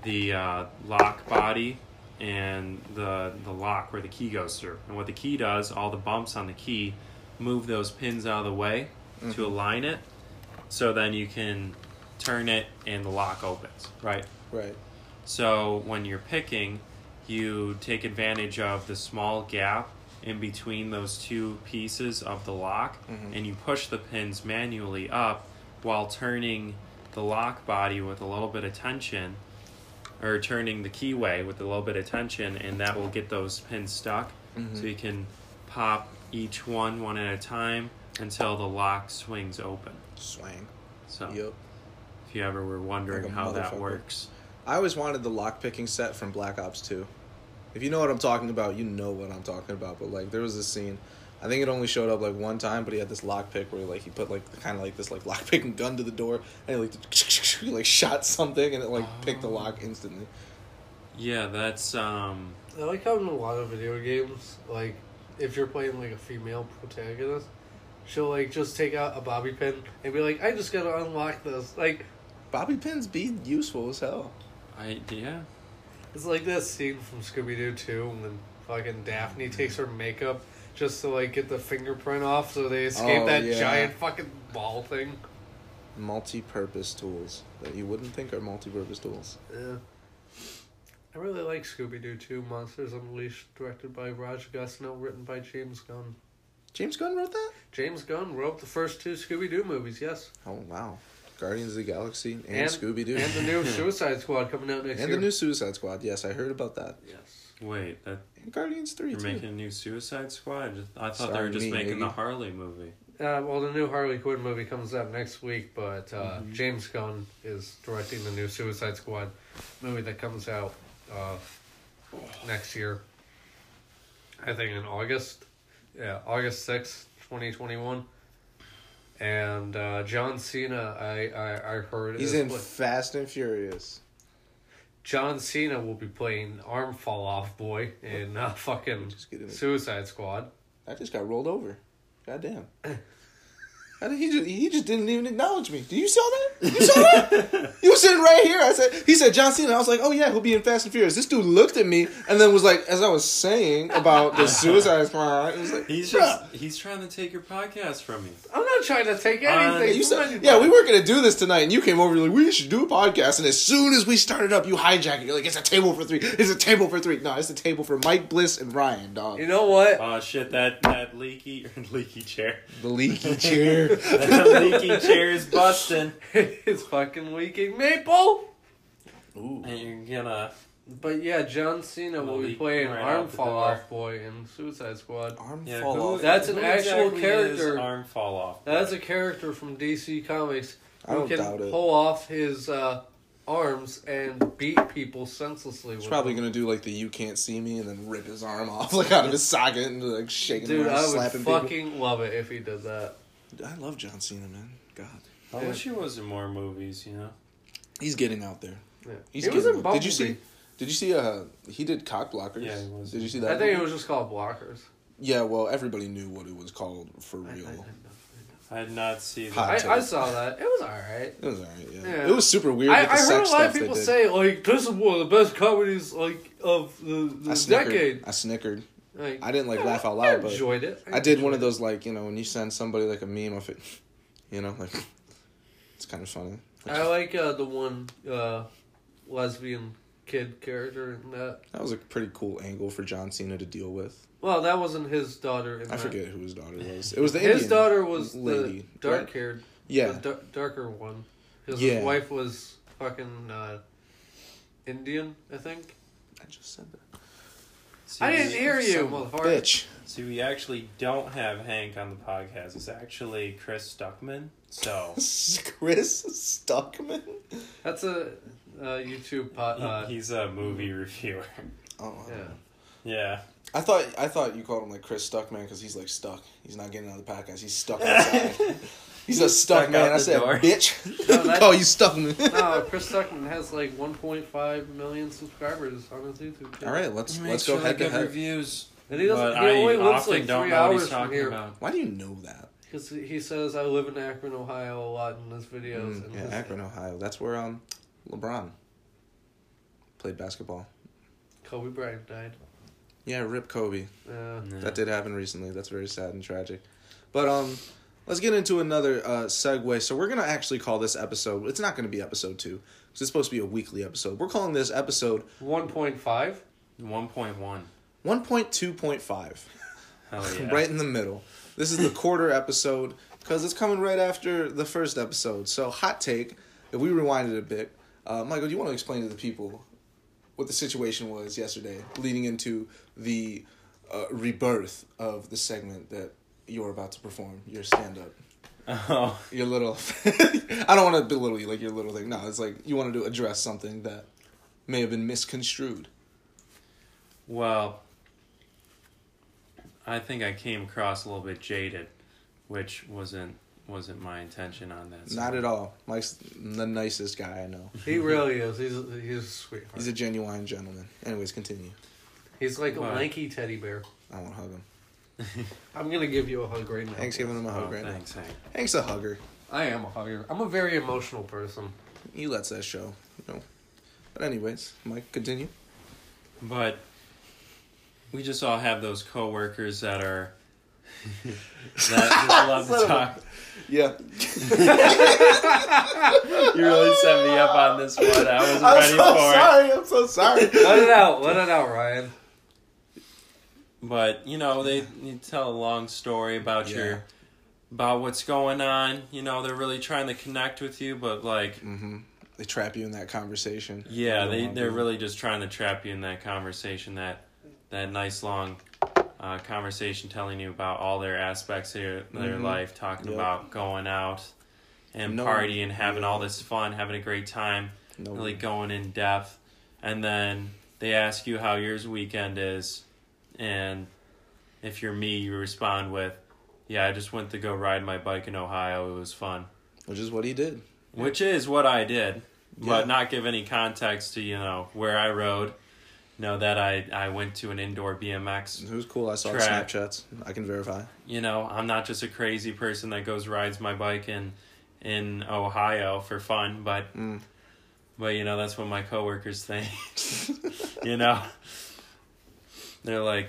Speaker 2: the uh, lock body and the the lock where the key goes through. And what the key does, all the bumps on the key move those pins out of the way to align it, so then you can turn it and the lock opens. Right.
Speaker 1: Right.
Speaker 2: So when you're picking, you take advantage of the small gap in between those two pieces of the lock
Speaker 1: Mhm.
Speaker 2: and you push the pins manually up while turning the lock body with a little bit of tension or turning the keyway with a little bit of tension and that will get those pins stuck
Speaker 1: Mm-hmm.
Speaker 2: so you can pop each one one at a time until the lock swings open.
Speaker 1: Swang.
Speaker 2: So
Speaker 1: Yep.
Speaker 2: if you ever were wondering
Speaker 1: Like a
Speaker 2: how that
Speaker 1: motherfucker.
Speaker 2: works,
Speaker 1: I always wanted the lock picking set from Black Ops 2. If you know what I'm talking about, you know what I'm talking about. But like, there was this scene. I think it only showed up like one time, but he had this lock pick where like he put like kind of like this like lock picking gun to the door and he like he, like shot something and it like picked the lock instantly.
Speaker 2: yeah, that's um
Speaker 3: I like how in a lot of video games, like if you're playing like a female protagonist, she'll like just take out a bobby pin and be like, "I just gotta unlock this." Like
Speaker 1: Bobby pins be useful as hell.
Speaker 2: I yeah.
Speaker 3: it's like that scene from Scooby Doo Two when fucking Daphne takes her makeup just to like get the fingerprint off, so they escape
Speaker 1: Oh,
Speaker 3: that
Speaker 1: yeah.
Speaker 3: giant fucking ball thing.
Speaker 1: Multi-purpose tools that you wouldn't think are multi-purpose tools.
Speaker 3: Yeah. I really like Scooby Doo Two: Monsters Unleashed, directed by Raj Gusnow, written by James Gunn.
Speaker 1: James Gunn wrote that.
Speaker 3: James Gunn wrote the first two Scooby Doo movies. Yes.
Speaker 1: Oh wow, Guardians of the Galaxy and,
Speaker 3: And-
Speaker 1: Scooby Doo
Speaker 3: And the new Suicide Squad coming out next
Speaker 1: and
Speaker 3: year.
Speaker 1: the new Suicide Squad. Yes, I heard about that.
Speaker 3: Yes.
Speaker 2: Wait, that
Speaker 1: And Guardians Three
Speaker 2: you're
Speaker 1: too.
Speaker 2: making a new Suicide Squad? I just- I thought they were
Speaker 1: Sorry,
Speaker 2: just
Speaker 1: me,
Speaker 2: making the
Speaker 1: nigga.
Speaker 2: Harley movie.
Speaker 3: Uh, well, the new Harley Quinn movie comes out next week, but uh,
Speaker 1: Mm-hmm.
Speaker 3: James Gunn is directing the new Suicide Squad movie that comes out uh, next year. I think in August. Yeah, August sixth, twenty 2021. And uh, John Cena, I, I, I heard.
Speaker 1: He's
Speaker 3: is
Speaker 1: in
Speaker 3: pla-
Speaker 1: Fast and Furious.
Speaker 3: John Cena will be playing Arm Fall Off Boy in uh, fucking
Speaker 1: Just get in it.
Speaker 3: Suicide Squad.
Speaker 1: I just got rolled over. Goddamn. How did he just he just didn't even acknowledge me. Did you saw that? You saw that? you were sitting right here. I said he said John Cena. I was like, oh yeah, he'll be in Fast and Furious. This dude looked at me and then was like, as I was saying about the Suicide Squad, it was like,
Speaker 2: He's
Speaker 1: "Bruh."
Speaker 2: just he's trying to take your podcast from you.
Speaker 3: I'm not trying to take
Speaker 2: Uh,
Speaker 3: anything.
Speaker 1: You
Speaker 3: from
Speaker 1: said,
Speaker 3: anybody.
Speaker 1: yeah, we were gonna do this tonight, and you came over. You're like, we should do a podcast. And as soon as we started up, you hijack it. You're like, it's a table for three. It's a table for three. No, it's a table for Mike Bliss and Ryan, dog.
Speaker 3: You know what?
Speaker 2: Oh shit, that that leaky leaky chair,
Speaker 1: The leaky chair.
Speaker 2: that leaky chair is busting,
Speaker 3: it's fucking leaking maple.
Speaker 1: Ooh.
Speaker 2: and you're gonna
Speaker 3: But yeah, John Cena will be
Speaker 2: Leak
Speaker 3: playing
Speaker 2: right
Speaker 3: Arm
Speaker 2: out the
Speaker 3: Fall
Speaker 2: door.
Speaker 3: Off Boy in Suicide Squad.
Speaker 1: Arm
Speaker 2: yeah.
Speaker 1: fall
Speaker 2: who-
Speaker 1: off.
Speaker 3: That's an
Speaker 2: who
Speaker 3: actual
Speaker 2: exactly
Speaker 3: character.
Speaker 2: Is arm fall off.
Speaker 3: That's a character from DC Comics
Speaker 1: I
Speaker 3: who
Speaker 1: don't
Speaker 3: can
Speaker 1: doubt it.
Speaker 3: pull off his uh, arms and beat people senselessly.
Speaker 1: He's
Speaker 3: with
Speaker 1: probably
Speaker 3: them.
Speaker 1: gonna do like the "You Can't See Me" and then rip his arm off like out of his socket and like shaking
Speaker 3: Dude,
Speaker 1: him,
Speaker 3: I would
Speaker 1: slapping
Speaker 3: fucking love it if he did that.
Speaker 1: people. I love John Cena, man. God,
Speaker 2: I wish he was in more movies, you know?
Speaker 1: He's getting out there.
Speaker 3: Yeah.
Speaker 1: He's
Speaker 3: He was
Speaker 1: getting
Speaker 3: in
Speaker 1: out- Did you
Speaker 3: Bumblebee.
Speaker 1: see? Did you see? Uh, he did cock blockers.
Speaker 2: Yeah, he was.
Speaker 1: Did you see that?
Speaker 3: I think it
Speaker 1: one?
Speaker 3: was just called Blockers.
Speaker 1: Yeah, well, everybody knew what it was called for
Speaker 3: I, I,
Speaker 1: real.
Speaker 2: I did not see that.
Speaker 1: Hot.
Speaker 3: I,
Speaker 1: take.
Speaker 3: I saw that. It was alright.
Speaker 1: It was alright. Yeah.
Speaker 3: Yeah.
Speaker 1: it was super weird.
Speaker 3: I,
Speaker 1: with the
Speaker 3: I
Speaker 1: sex
Speaker 3: heard a lot
Speaker 1: stuff
Speaker 3: of
Speaker 1: they
Speaker 3: people
Speaker 1: did.
Speaker 3: say like this is one of the best comedies like of the,
Speaker 1: I
Speaker 3: the
Speaker 1: snickered.
Speaker 3: decade.
Speaker 1: I snickered.
Speaker 3: Like,
Speaker 1: I didn't like
Speaker 3: yeah,
Speaker 1: laugh out
Speaker 3: I
Speaker 1: loud, but
Speaker 3: enjoyed it.
Speaker 1: I did one of those like you know when you send somebody like a meme of it, you know like it's kind of funny.
Speaker 3: I like uh, the one uh, lesbian kid character in that.
Speaker 1: That was a pretty cool angle for John Cena to deal with.
Speaker 3: Well, that wasn't his daughter. In
Speaker 1: I
Speaker 3: that.
Speaker 1: forget who his daughter was. It was the
Speaker 3: His
Speaker 1: Indian
Speaker 3: daughter was
Speaker 1: lady,
Speaker 3: the dark
Speaker 1: right?
Speaker 3: haired,
Speaker 1: Yeah,
Speaker 3: the dar- darker one. His
Speaker 1: Yeah.
Speaker 3: wife was fucking uh, Indian, I think.
Speaker 1: I just said that.
Speaker 2: See,
Speaker 3: I didn't
Speaker 2: we-
Speaker 3: hear you,
Speaker 1: Son of a
Speaker 3: motherfucker.
Speaker 1: bitch.
Speaker 2: See, we actually don't have Hank on the podcast. It's actually Chris Stuckman. So
Speaker 1: Chris Stuckman.
Speaker 3: That's a uh, YouTube pot. Uh,
Speaker 2: he- he's a movie reviewer.
Speaker 1: Oh, I don't
Speaker 3: yeah.
Speaker 1: know.
Speaker 2: yeah.
Speaker 1: I thought I thought you called him like Chris Stuckman because he's like stuck. He's not getting out of the podcast. He's stuck outside. He's a stuck,
Speaker 2: stuck out
Speaker 1: man. I
Speaker 2: the
Speaker 1: said,
Speaker 2: door.
Speaker 1: bitch.
Speaker 3: No, that-
Speaker 1: oh, you stuck me.
Speaker 3: No, Chris Tuckman has like 1.5 million subscribers on his YouTube. channel.
Speaker 1: All right, let's let's go head to head.
Speaker 2: reviews.
Speaker 3: And he doesn't.
Speaker 2: But
Speaker 3: he only
Speaker 2: I
Speaker 3: lives
Speaker 2: often
Speaker 3: like
Speaker 2: don't
Speaker 3: three
Speaker 2: know what
Speaker 3: hours
Speaker 2: he's
Speaker 3: from
Speaker 2: talking
Speaker 3: here
Speaker 2: about.
Speaker 1: Why do you know that?
Speaker 3: because he says I live in Akron, Ohio, a lot in his videos.
Speaker 1: Mm,
Speaker 3: and
Speaker 1: yeah,
Speaker 3: his-
Speaker 1: Akron, Ohio. That's where um, LeBron played basketball.
Speaker 3: Kobe Bryant died.
Speaker 1: Yeah, rip Kobe.
Speaker 3: Uh,
Speaker 1: That did happen recently. That's very sad and tragic. But um, let's get into another uh, segue. So we're gonna actually call this episode. It's not gonna be episode two because it's supposed to be a weekly episode. We're calling this episode
Speaker 3: 1.5.
Speaker 2: One point one.
Speaker 1: one point two point five.
Speaker 2: Hell yeah.
Speaker 1: right in the middle. This is the quarter episode because it's coming right after the first episode. So, hot take. If we rewind it a bit, uh, Michael, do you want to explain to the people what the situation was yesterday, leading into the uh, rebirth of the segment that you're about to perform, your stand up,
Speaker 2: Oh,
Speaker 1: your little. I don't want to belittle you like your little thing. No, it's like you wanted to address something that may have been misconstrued.
Speaker 2: well, I think I came across a little bit jaded, which wasn't wasn't my intention on that. so-
Speaker 1: Not at all. Mike's the nicest guy I know.
Speaker 3: He really is. He's he's a sweetheart.
Speaker 1: He's a genuine gentleman. Anyways, continue.
Speaker 3: He's like
Speaker 2: Wow.
Speaker 3: a lanky teddy bear.
Speaker 1: I want to hug him.
Speaker 3: I'm gonna give you a hug right now.
Speaker 1: Hank's giving him a
Speaker 2: Oh,
Speaker 1: hug right
Speaker 2: thanks, Hank.
Speaker 1: now. Hank's a hugger.
Speaker 3: I am a hugger. I'm a very emotional person.
Speaker 1: He lets that show. You know. But anyways, Mike, continue.
Speaker 2: But we just all have those coworkers that are that just love to
Speaker 1: Son of a-
Speaker 2: talk.
Speaker 1: Yeah.
Speaker 2: You really set me up on this one. I wasn't ready for it.
Speaker 1: I'm so sorry.
Speaker 3: Let it out. Let it out, Ryan.
Speaker 2: But you know, they you tell a long story about
Speaker 1: Yeah.
Speaker 2: your about what's going on. You know, they're really trying to connect with you, but like,
Speaker 1: mm-hmm. They trap you in that conversation.
Speaker 2: yeah,
Speaker 1: You don't
Speaker 2: they
Speaker 1: want
Speaker 2: they're
Speaker 1: to.
Speaker 2: really just trying to trap you in that conversation that that nice long. Uh, conversation telling you about all their aspects of their, their
Speaker 1: Mhm.
Speaker 2: life, talking
Speaker 1: Yep.
Speaker 2: about going out and
Speaker 1: No-
Speaker 2: partying, having
Speaker 1: yeah.
Speaker 2: all this fun, having a great time.
Speaker 1: No.
Speaker 2: really going in depth and then they ask you how yours weekend is and if you're me you respond with yeah i just went to go ride my bike in ohio it was fun
Speaker 1: Which is what he did.
Speaker 2: which is what i did
Speaker 1: Yeah.
Speaker 2: but not give any context to you know where i rode know that i i went to an indoor bmx
Speaker 1: It was cool. I saw the
Speaker 2: Track.
Speaker 1: Snapchats. I can verify.
Speaker 2: you know i'm not just a crazy person that goes rides my bike in in ohio for fun but
Speaker 1: Mm.
Speaker 2: but you know that's what my coworkers think you know they're like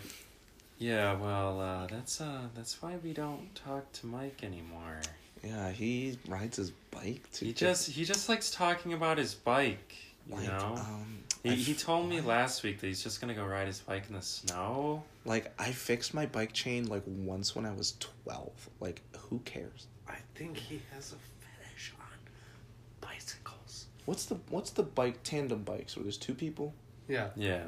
Speaker 2: yeah well uh, that's uh that's why we don't talk to mike anymore
Speaker 1: yeah, he rides his bike to
Speaker 2: he just he just likes talking about his bike you
Speaker 1: like
Speaker 2: know
Speaker 1: um
Speaker 2: he,
Speaker 1: I
Speaker 2: he
Speaker 1: f-
Speaker 2: told me last week that he's just gonna go ride his bike in the snow
Speaker 1: like I fixed my bike chain like once when I was 12. Like who cares?
Speaker 3: I think he has a fetish on bicycles.
Speaker 1: What's the what's the bike tandem bikes where there's two people?
Speaker 3: Yeah.
Speaker 2: yeah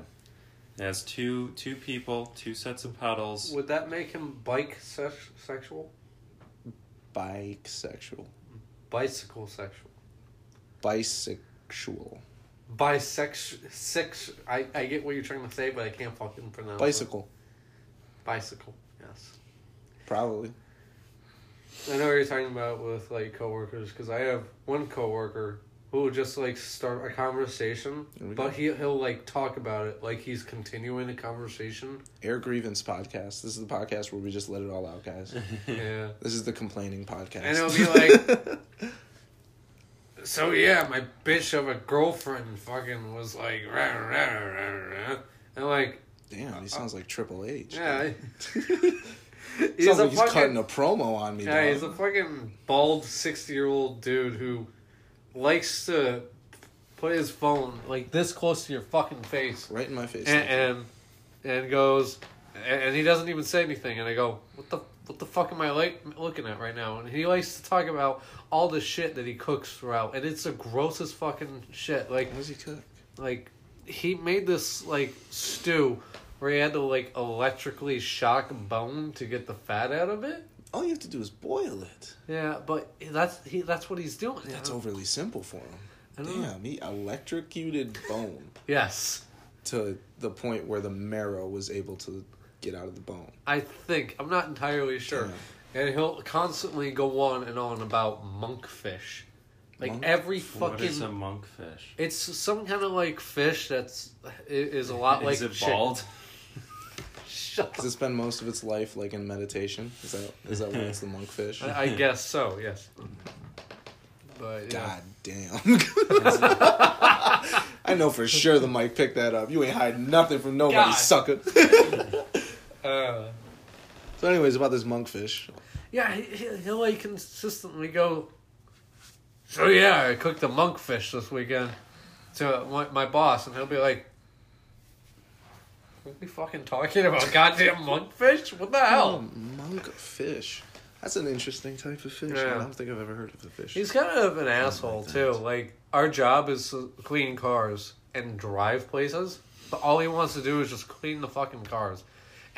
Speaker 2: there's two two people two sets of pedals
Speaker 3: Would that make him bike sex- sexual?
Speaker 1: Bike sexual.
Speaker 3: Bicycle sexual.
Speaker 1: bisexual
Speaker 3: Bisexual. Sex. I, I get what you're trying to say, but I can't fucking pronounce it.
Speaker 1: bicycle
Speaker 3: Bicycle. Yes.
Speaker 1: probably
Speaker 3: I know what you're talking about with like coworkers because I have one coworker who will just like start a conversation,
Speaker 1: There we
Speaker 3: but
Speaker 1: go.
Speaker 3: he he'll like talk about it like he's continuing the conversation.
Speaker 1: Air grievance podcast. This is the podcast where we just let it all out, guys.
Speaker 3: yeah,
Speaker 1: This is the complaining podcast.
Speaker 3: and it'll be like, so yeah, my bitch of a girlfriend fucking was like, rah, rah, rah, rah. and like,
Speaker 1: damn, he sounds like Triple H.
Speaker 3: Uh, yeah, he's
Speaker 1: sounds
Speaker 3: a
Speaker 1: like he's
Speaker 3: fucking-
Speaker 1: cutting a promo on me.
Speaker 3: Yeah,
Speaker 1: dog.
Speaker 3: he's a fucking bald sixty year old dude who likes to put his phone like this close to your fucking face
Speaker 1: right in my face.
Speaker 3: and and, and goes and, and he doesn't even say anything and I go, What the what the fuck am I like looking at right now? And he likes to talk about all the shit that he cooks throughout and it's the grossest fucking shit. Like
Speaker 1: what does he cook?
Speaker 3: like he made this like stew where he had to like electrically shock bone to get the fat out of it.
Speaker 1: All you have to do is boil it.
Speaker 3: Yeah, but that's he. That's what he's doing.
Speaker 1: That's
Speaker 3: I don't-
Speaker 1: overly simple for him.
Speaker 3: I don't know.
Speaker 1: Damn, he electrocuted bone
Speaker 3: Yes,
Speaker 1: to the point where the marrow was able to get out of the bone.
Speaker 3: I think I'm not entirely sure.
Speaker 1: Damn.
Speaker 3: And he'll constantly go on and on about monkfish, like
Speaker 1: Monk-
Speaker 3: every
Speaker 2: What is a
Speaker 3: fucking.
Speaker 2: monkfish?
Speaker 3: It's some kind of like fish that's i- is a lot like
Speaker 2: is it
Speaker 3: chick-
Speaker 2: bald?
Speaker 3: Shut
Speaker 1: Does it spend most of its life like in meditation? Is that is that why it's the monkfish?
Speaker 3: I, I guess so. Yes. But yeah.
Speaker 1: God damn. I know for sure the mic picked that up. You ain't hiding nothing from nobody,
Speaker 3: God.
Speaker 1: sucker.
Speaker 3: Uh,
Speaker 1: so, anyways, about this monkfish.
Speaker 3: Yeah, he, he- he'll like consistently go. So yeah, I cooked a monkfish this weekend to my, my boss, and he'll be like, "What are we fucking talking about? Goddamn monkfish? What the hell?"
Speaker 1: Oh, monkfish. That's an interesting type of fish.
Speaker 3: Yeah.
Speaker 1: I don't think I've ever heard of the fish.
Speaker 3: He's kind of an asshole too. Like our job is to clean cars and drive places, but all he wants to do is just clean the fucking cars.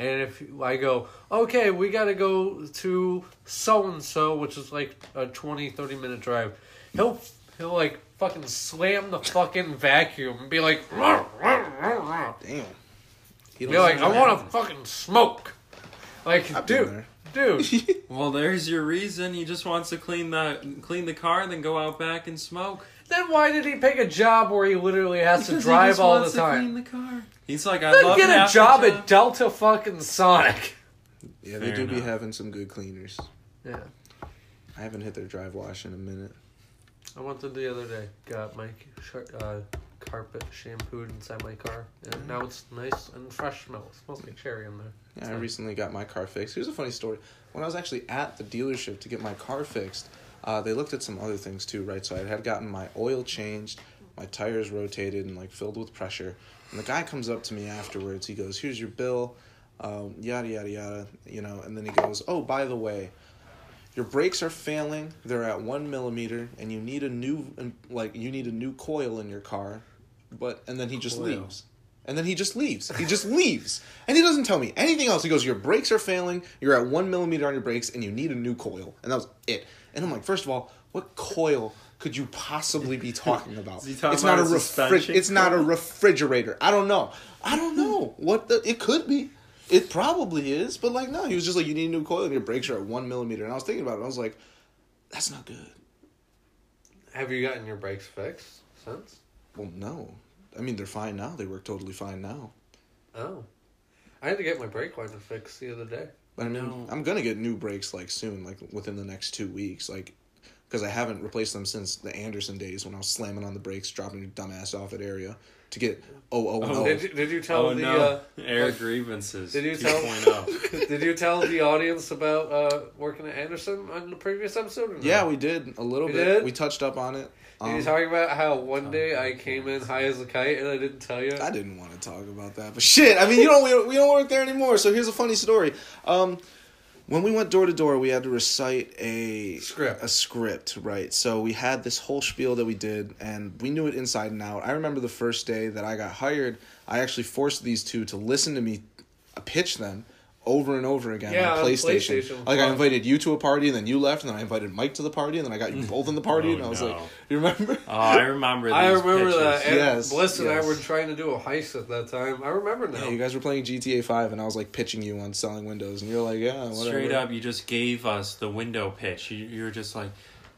Speaker 3: And if I go, okay, we gotta go to so and so, which is like a 20, 30 minute drive, he'll he'll like fucking slam the fucking vacuum and be like, "Ruh, ruh, ruh, ruh."
Speaker 1: Damn. He
Speaker 3: be like, I
Speaker 1: doesn't
Speaker 3: want to fucking smoke. Like,
Speaker 1: I've been
Speaker 3: dude, dude,
Speaker 2: Well, there's your reason. He just wants to clean the clean the car, and then go out back and smoke.
Speaker 3: then why did he pick a job where he literally has to
Speaker 2: Because he
Speaker 3: drive
Speaker 2: just
Speaker 3: all the
Speaker 2: wants to
Speaker 3: time?
Speaker 2: clean the car. He's like, I
Speaker 3: Then
Speaker 2: love
Speaker 3: get
Speaker 2: half the
Speaker 3: a job at Delta fucking Sonic.
Speaker 1: Yeah, they
Speaker 2: Fair
Speaker 1: do be
Speaker 2: enough.
Speaker 1: having some good cleaners.
Speaker 3: Yeah,
Speaker 1: I haven't hit their drive wash in a minute.
Speaker 3: I went there the other day. Got my car- uh, carpet shampooed inside my car, and now it's nice and fresh smell. It smells like cherry in there.
Speaker 1: Yeah, I recently got my car fixed. Here's a funny story. When I was actually at the dealership to get my car fixed, uh, they looked at some other things too, right? So I had gotten my oil changed, my tires rotated and like filled with pressure. And the guy comes up to me afterwards. He goes, "Here's your bill," um, yada yada yada, you know. And then he goes, "Oh, by the way, your brakes are failing. They're at one millimeter, and you need a new and, like you need a new coil in your car." But and then he just
Speaker 3: Coil.
Speaker 1: leaves. And then he just leaves. He just leaves. And he doesn't tell me anything else. He goes, Your brakes are failing. You're at one millimeter on your brakes and you need a new coil. And that was it. And I'm like, First of all, what coil could you possibly be talking about?
Speaker 2: he talking
Speaker 1: it's
Speaker 2: about
Speaker 1: not
Speaker 2: a
Speaker 1: a
Speaker 2: suspension
Speaker 1: It's not a refrigerator. I don't know. I don't know what the. It could be. It probably is. But like, no, he was just like, You need a new coil and your brakes are at one millimeter. And I was thinking about it. I was like, That's not good.
Speaker 3: Have you gotten your brakes fixed since?
Speaker 1: Well, no. I mean, they're fine now. They work totally fine now.
Speaker 3: Oh, I had to get my brake liner fixed the other day.
Speaker 1: But I mean,
Speaker 2: No.
Speaker 1: I'm gonna get new brakes like soon, like within the next two weeks, like because I haven't replaced them since the Anderson days when I was slamming on the brakes, dropping your dumbass off at area to get oh oh oh.
Speaker 3: Did you, did you tell
Speaker 2: Oh
Speaker 3: the
Speaker 2: no,
Speaker 3: uh,
Speaker 2: air
Speaker 3: like-
Speaker 2: grievances. oh.
Speaker 3: Did you
Speaker 2: 2.0.
Speaker 3: Did you tell the audience about uh, working at Anderson on the previous episode? Or no?
Speaker 1: Yeah, we did a little
Speaker 3: You
Speaker 1: bit.
Speaker 3: did?
Speaker 1: We touched up on it.
Speaker 3: Did you
Speaker 1: Um,
Speaker 3: talk about how one day I came in high as a kite and I didn't tell you?
Speaker 1: I didn't want to talk about that, but shit. I mean, you don't we, we don't work there anymore. So here's a funny story. Um, when we went door to door, we had to recite a
Speaker 3: Script.
Speaker 1: A script, right? So we had this whole spiel that we did, and we knew it inside and out. I remember the first day that I got hired, I actually forced these two to listen to me pitch them over and over again
Speaker 3: Yeah,
Speaker 1: on
Speaker 3: on
Speaker 1: PlayStation.
Speaker 3: PlayStation.
Speaker 1: Like I invited you to a party, and then you left, and then I invited Mike to the party, and then I got you both in the party,
Speaker 2: Oh,
Speaker 1: and I was
Speaker 2: no.
Speaker 1: like, "You remember?"
Speaker 2: Oh, I remember. These
Speaker 3: I remember that.
Speaker 2: pictures.
Speaker 3: And
Speaker 1: Yes,
Speaker 3: Bliss and
Speaker 1: yes.
Speaker 3: I were trying to do a heist at that time. I remember now.
Speaker 1: Yeah, you guys were playing GTA Five, and I was like pitching you on selling Windows, and you're like, "Yeah, whatever."
Speaker 2: Straight up, you just gave us the window pitch. You, you were just like,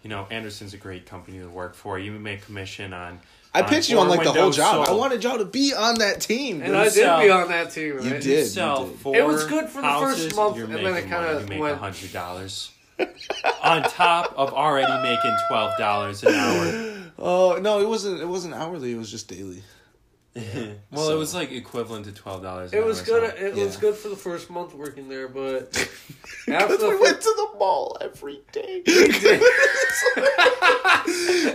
Speaker 2: you know, Anderson's a great company to work for. You make commission on.
Speaker 1: I pitched you on
Speaker 2: four
Speaker 1: like the whole
Speaker 2: windows
Speaker 1: job. I
Speaker 2: sold.
Speaker 1: wanted y'all to be on that team.
Speaker 3: and
Speaker 1: dude.
Speaker 3: I did
Speaker 2: So-
Speaker 3: be on that team. Right?
Speaker 1: You
Speaker 2: You
Speaker 1: did, you
Speaker 2: sell
Speaker 1: did.
Speaker 2: four
Speaker 3: It was good for the first
Speaker 2: houses,
Speaker 3: month,
Speaker 2: you're
Speaker 3: and then
Speaker 2: making
Speaker 3: it kinda
Speaker 2: money. You make
Speaker 3: went-
Speaker 2: hundred dollars on top of already making twelve dollars an hour.
Speaker 1: Oh no, it wasn't. It wasn't hourly. It was just daily.
Speaker 2: Well,
Speaker 1: So-
Speaker 2: it was like equivalent to twelve dollars.
Speaker 3: It was good. It was
Speaker 1: Yeah.
Speaker 3: good for the first month working there, but after
Speaker 1: Because
Speaker 3: the
Speaker 1: we went
Speaker 3: fir-
Speaker 1: to the mall every day.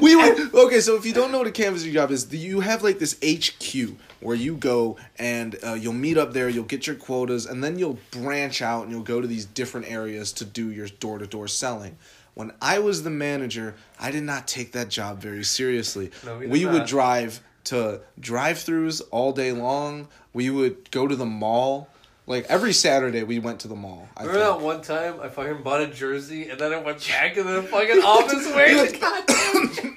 Speaker 1: we would okay. So if you don't know what a canvassing job is, the- you have like this HQ where you go and uh, you'll meet up there. You'll get your quotas, and then you'll branch out and you'll go to these different areas to do your door to door selling. When I was the manager, I did not take that job very seriously.
Speaker 3: No, we did
Speaker 1: we would
Speaker 3: not.
Speaker 1: drive to drive-throughs all day long. We would go to the mall. Like every Saturday, we went to the mall. I
Speaker 3: remember
Speaker 1: think.
Speaker 3: that one time I fucking bought a jersey and then I went back in the fucking office way.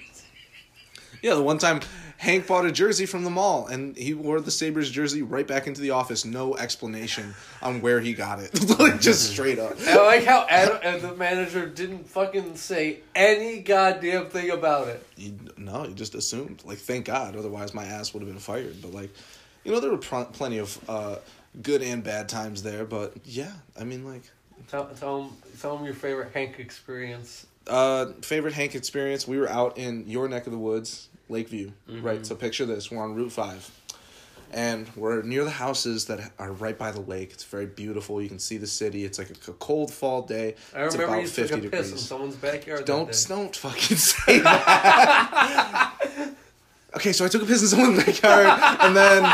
Speaker 1: Yeah, the one time Hank bought a jersey from the mall and he wore the Sabres jersey right back into the office. No explanation on where he got it. like, just straight up.
Speaker 3: I like how Adam and the manager didn't fucking say any goddamn thing about it.
Speaker 1: He, no, he just assumed. Like, thank God. Otherwise, my ass would have been fired. But, like, you know, there were pl- plenty of uh, good and bad times there. But, yeah, I mean, like,
Speaker 3: Tell, tell him, tell him your favorite Hank experience.
Speaker 1: uh, favorite Hank experience. We were out in your neck of the woods, Lakeview,
Speaker 3: Mm-hmm.
Speaker 1: right? So picture this: we're on Route Five, and we're near the houses that are right by the lake. It's very beautiful. You can see the city. It's like a c- cold fall day.
Speaker 3: I
Speaker 1: it's
Speaker 3: remember you took a piss in someone's backyard.
Speaker 1: Don't
Speaker 3: that day.
Speaker 1: don't fucking say that. okay, so I took a piss in someone's backyard, and then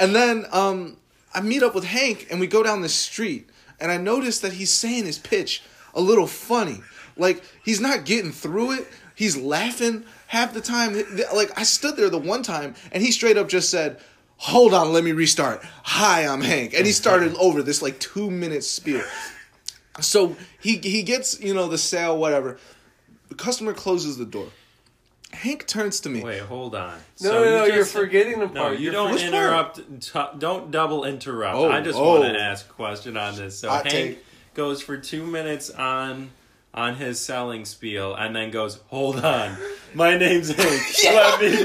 Speaker 1: and then um, I meet up with Hank, and we go down the street, and I notice that he's saying his pitch a little funny, like he's not getting through it. He's laughing half the time. Th- th- Like I stood there the one time, and he straight up just said. Hold on, let me restart. Hi, I'm Hank. And he started over this like two minute spiel. So he he gets you know the sale whatever. The customer closes the door. Hank turns to me.
Speaker 2: Wait, hold on. No,
Speaker 3: no, no, you're forgetting the
Speaker 2: No,
Speaker 3: part.
Speaker 2: you
Speaker 3: You're
Speaker 2: don't
Speaker 1: which part?
Speaker 2: interrupt. T- don't double interrupt.
Speaker 1: Oh,
Speaker 2: I just
Speaker 1: oh.
Speaker 2: want to ask a question on this. So
Speaker 1: Hot
Speaker 2: Hank
Speaker 1: take.
Speaker 2: goes for two minutes on on his selling spiel, and then goes, "Hold on, my name's Hank. Let me replay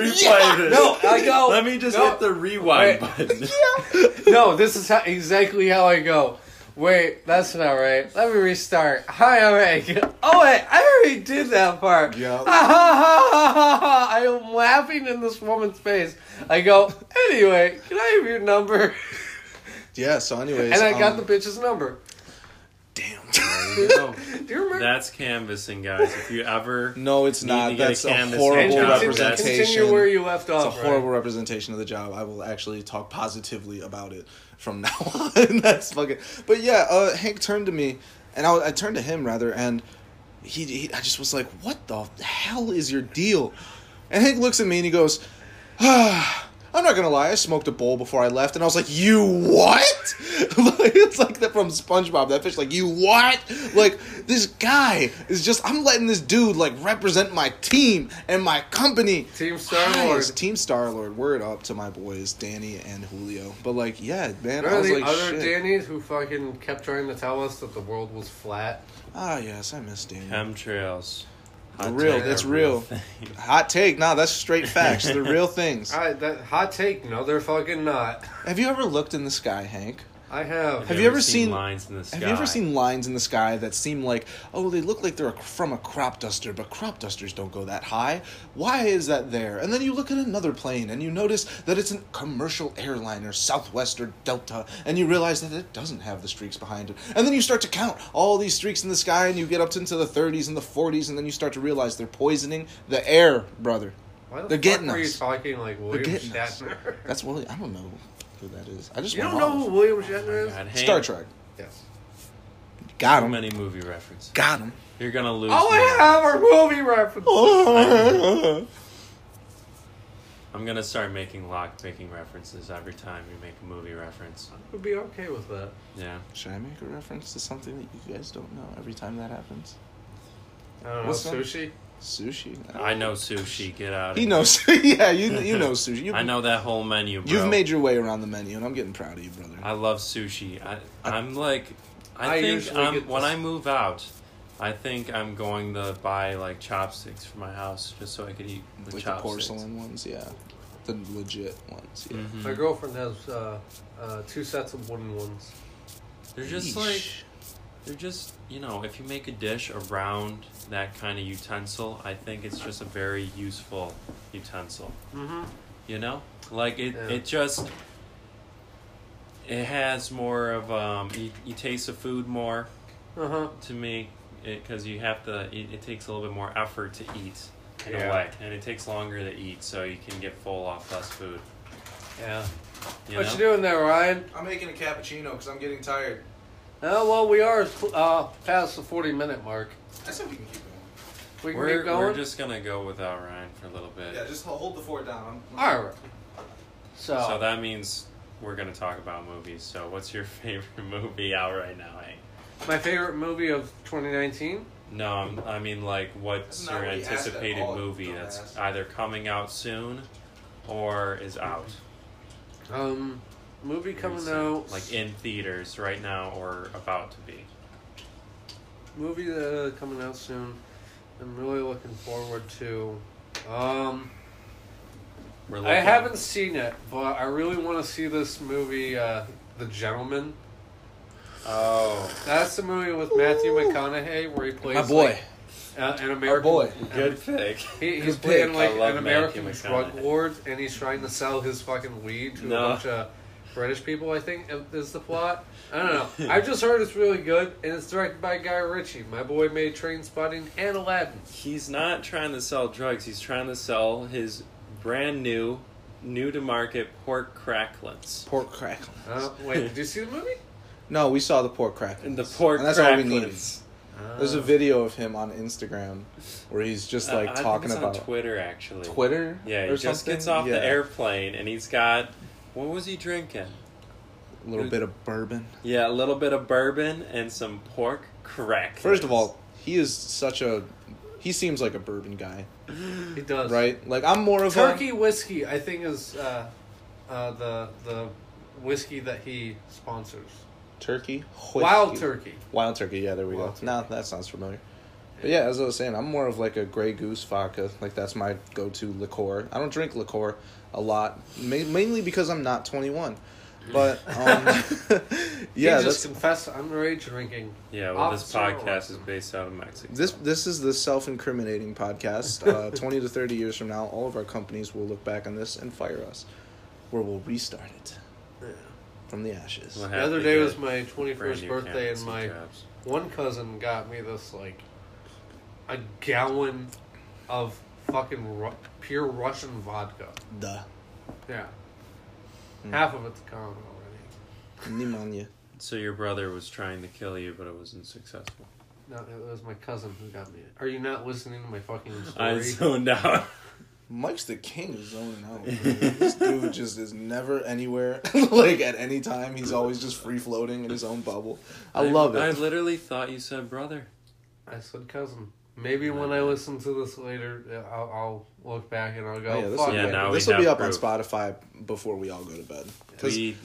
Speaker 2: this.
Speaker 3: No, I go.
Speaker 2: let me just
Speaker 3: no,
Speaker 2: hit the rewind
Speaker 3: Wait.
Speaker 2: button."
Speaker 3: No, this is how, exactly how I go. Wait, that's not right. Let me restart. Hi, all right. Oh wait, I already did that part.
Speaker 1: Yeah.
Speaker 3: Ha, ha, ha, ha, ha. I am laughing in this woman's face. I go. Anyway, can I have your number?
Speaker 1: Yeah. So anyways,
Speaker 3: And I got
Speaker 1: um,
Speaker 3: the bitch's number.
Speaker 1: damn.
Speaker 2: There you go.
Speaker 3: Do you remember?
Speaker 2: That's canvassing, guys. If you ever
Speaker 1: no, it's
Speaker 2: Need
Speaker 1: not.
Speaker 2: to get a
Speaker 1: That's a
Speaker 2: canvas
Speaker 1: horrible
Speaker 2: hand
Speaker 3: and
Speaker 2: job.
Speaker 3: continue,
Speaker 1: representation.
Speaker 3: continue where you
Speaker 1: it's
Speaker 3: left
Speaker 1: a
Speaker 3: off. right?
Speaker 1: horrible representation of the job. I will actually talk positively about it from now on. That's fucking. But yeah, uh, Hank turned to me, and I, I turned to him rather, and he, he, I just was like, "What the hell is your deal?" And Hank looks at me and he goes, ah, "I'm not gonna lie, I smoked a bowl before I left," and I was like, "You what?" it's like that from SpongeBob. That fish, like, "You what?" Like this guy is just. I'm letting this dude like represent my team and my company.
Speaker 3: Team Star-Lord.
Speaker 1: Highest Team Star Lord, word up to my boys Danny and Julio. But like, yeah, man, I
Speaker 3: Remember
Speaker 1: was
Speaker 3: the
Speaker 1: like,
Speaker 3: other
Speaker 1: shit.
Speaker 3: Danny's who fucking kept trying to tell us that the world was flat?
Speaker 1: ah, yes, I miss Danny.
Speaker 2: chemtrails,
Speaker 1: The real,
Speaker 3: take.
Speaker 1: that's
Speaker 2: are a
Speaker 1: real.
Speaker 2: thing.
Speaker 1: Hot take, nah, that's straight facts. They're real things.
Speaker 3: I, that hot take. No, they're fucking not.
Speaker 1: Have you ever looked in the sky, Hank?
Speaker 3: I have.
Speaker 1: Have you ever seen-
Speaker 2: lines in the sky?
Speaker 1: Have you ever seen lines in the sky that seem like, oh, they look like they're from a crop duster, but crop dusters don't go that high? Why is that there? And then you look at another plane and you notice that it's a commercial airliner, Southwest or Delta, and you realize that it doesn't have the streaks behind it. And then you start to count all these streaks in the sky and you get up into the 30s and the 40s, and then you start to realize they're poisoning the air, brother.
Speaker 3: Why the
Speaker 1: They're
Speaker 3: fuck
Speaker 1: getting
Speaker 3: were
Speaker 1: us.
Speaker 3: you talking like William
Speaker 1: getting us.
Speaker 3: Shatner?
Speaker 1: That's well, I don't know who that is. I just
Speaker 3: you
Speaker 1: went
Speaker 3: don't know
Speaker 1: off.
Speaker 3: who William Shatner is?
Speaker 2: Oh God, Hank,
Speaker 1: Star Trek.
Speaker 3: Yes.
Speaker 1: Got
Speaker 2: Too
Speaker 1: him.
Speaker 2: many movie references.
Speaker 1: Got him.
Speaker 2: You're gonna lose.
Speaker 3: All Oh, I
Speaker 2: me.
Speaker 3: have are movie references.
Speaker 1: Oh.
Speaker 2: I'm gonna start making Locke making references every time we make a movie reference.
Speaker 3: I would be okay with that.
Speaker 2: Yeah.
Speaker 1: Should I make a reference to something that you guys don't know every time that happens?
Speaker 3: I don't know,
Speaker 1: What's that?
Speaker 3: sushi?
Speaker 1: Sushi.
Speaker 2: I know sushi. Get out. Of
Speaker 1: He
Speaker 2: here.
Speaker 1: knows. yeah, you you know sushi. You,
Speaker 2: I know that whole menu. Bro.
Speaker 1: You've made your way around the menu, and I'm getting proud of you, brother.
Speaker 2: I love sushi. I, I'm like, I,
Speaker 3: I
Speaker 2: think
Speaker 3: usually
Speaker 2: I'm,
Speaker 3: get
Speaker 2: when
Speaker 3: this-
Speaker 2: I move out, I think I'm going to buy like chopsticks for my house just so I could eat the
Speaker 1: like the
Speaker 2: chopsticks.
Speaker 1: porcelain ones, yeah, the legit ones. Yeah.
Speaker 2: Mhm.
Speaker 3: My girlfriend has uh, uh, two sets of wooden ones.
Speaker 2: They're just like
Speaker 1: Yeesh.
Speaker 2: they're just you know if you make a dish around that kind of utensil, I think it's just a very useful utensil.
Speaker 3: Mm-hmm.
Speaker 2: You know, like it
Speaker 3: Yeah.
Speaker 2: it just it has more of um you, you taste the food more.
Speaker 3: Uh huh.
Speaker 2: to me because you have to it, it takes a little bit more effort to eat in a
Speaker 3: Yeah.
Speaker 2: way and it takes longer to eat so you can get full off less food
Speaker 3: Yeah.
Speaker 2: you
Speaker 3: what
Speaker 2: know
Speaker 3: you doing there, Ryan?
Speaker 1: I'm making a cappuccino because I'm getting tired.
Speaker 3: Oh well, we are uh, past the forty-minute mark.
Speaker 1: I said we can keep going.
Speaker 3: We can
Speaker 2: we're,
Speaker 3: keep going.
Speaker 2: we're just gonna go without ryan for a little bit
Speaker 1: just hold the fort down.
Speaker 3: All right. So,
Speaker 2: so that means we're gonna talk about movies so what's your favorite movie out right now hank
Speaker 3: my favorite movie of 2019.
Speaker 2: no I'm, i mean like what's
Speaker 1: That's not
Speaker 2: your
Speaker 1: what he asked at
Speaker 2: anticipated
Speaker 1: all,
Speaker 2: movie that's
Speaker 1: dumbass.
Speaker 2: either coming out soon or is out
Speaker 3: Um, movie coming
Speaker 2: Recent.
Speaker 3: out.
Speaker 2: like in theaters right now or about to be
Speaker 3: movie that uh, coming out soon. I'm really looking forward to. Um,
Speaker 2: We're
Speaker 3: I
Speaker 2: looking-
Speaker 3: haven't seen it, but I really want to see this movie, uh, The Gentleman.
Speaker 2: oh
Speaker 3: That's the movie with Matthew McConaughey where he plays
Speaker 1: My boy,
Speaker 3: like, uh, an American.
Speaker 1: boy.
Speaker 3: Good.
Speaker 2: pick
Speaker 3: He, he's
Speaker 1: Good
Speaker 3: playing
Speaker 1: pick.
Speaker 3: like
Speaker 2: I love
Speaker 3: an
Speaker 2: Matthew
Speaker 3: American drug
Speaker 2: McConaughey.
Speaker 3: lord, and he's trying to sell his fucking weed to
Speaker 2: No.
Speaker 3: a bunch of British people. I think is the plot. I don't know. I've just heard it's really good, and it's directed by Guy Ritchie. My boy made Train Spotting and Aladdin.
Speaker 2: He's not trying to sell drugs. He's trying to sell his brand new, new to market pork cracklets.
Speaker 1: pork crackle.
Speaker 3: Uh, wait, did you see the movie?
Speaker 1: No, we saw the pork crackle.
Speaker 2: And the pork
Speaker 1: and that's all we needed.
Speaker 2: cracklets.
Speaker 1: There's a video of him on Instagram where he's just like
Speaker 2: Uh, I think
Speaker 1: talking
Speaker 2: it's
Speaker 1: about
Speaker 2: on Twitter actually.
Speaker 1: Twitter.
Speaker 2: Yeah, he
Speaker 1: or
Speaker 2: just
Speaker 1: something?
Speaker 2: gets off
Speaker 1: Yeah.
Speaker 2: the airplane and he's got what was he drinking?
Speaker 1: A little bit of bourbon.
Speaker 2: Yeah, a little bit of bourbon and some pork cracklets.
Speaker 1: First of all, he is such a. He seems like a bourbon guy,
Speaker 3: He does.
Speaker 1: right? Like I'm more of a.
Speaker 3: Turkey whiskey, I think, is uh, uh, the the whiskey that he sponsors.
Speaker 1: Turkey.
Speaker 3: Wild
Speaker 1: Whiskey.
Speaker 3: turkey.
Speaker 1: Wild turkey. Yeah, there we
Speaker 3: Wild
Speaker 1: go. No, that sounds familiar. But yeah, as I was saying, I'm more of like a Grey Goose vodka. Like that's my go-to liqueur. I don't drink liqueur a lot, ma- mainly because I'm not 21. But um, yeah,
Speaker 3: he just
Speaker 1: that's,
Speaker 3: confessed underage drinking.
Speaker 2: yeah, well, this
Speaker 3: Officer
Speaker 2: podcast
Speaker 3: Orson.
Speaker 2: is based out of Mexico.
Speaker 1: this this is the self-incriminating podcast. Uh, 20 to 30 years from now, all of our companies will look back on this and fire us, where we'll restart it from the ashes.
Speaker 2: We'll
Speaker 3: The
Speaker 2: have
Speaker 3: other
Speaker 2: to
Speaker 3: day
Speaker 2: get
Speaker 3: was my
Speaker 2: brand
Speaker 3: 21st
Speaker 2: new
Speaker 3: birthday, and
Speaker 2: candidacy
Speaker 3: my
Speaker 2: jobs.
Speaker 3: one cousin got me this like a gallon of fucking Ru- pure Russian vodka.
Speaker 1: Duh.
Speaker 3: Yeah, half of it's gone already.
Speaker 1: Pneumonia.
Speaker 2: So your brother was trying to kill you, but it wasn't successful.
Speaker 3: No, it was my cousin who got me. it. Are you not listening to my fucking
Speaker 2: I
Speaker 3: story?
Speaker 2: zoned out.
Speaker 1: Mike's the king of zoning out. dude. this dude just is never anywhere. like at any time, he's always just free floating in his own bubble. I, love
Speaker 2: I
Speaker 1: it.
Speaker 2: literally thought you said brother.
Speaker 3: I said cousin. Maybe when I listen to this later, uh, I'll, I'll look back and I'll go.
Speaker 1: Oh, yeah, this
Speaker 3: Fuck
Speaker 1: will,
Speaker 2: Yeah,
Speaker 1: be-
Speaker 2: now we
Speaker 1: this will be
Speaker 2: have
Speaker 1: up
Speaker 2: proof.
Speaker 1: on Spotify before we all go to bed. 'Cause-
Speaker 2: We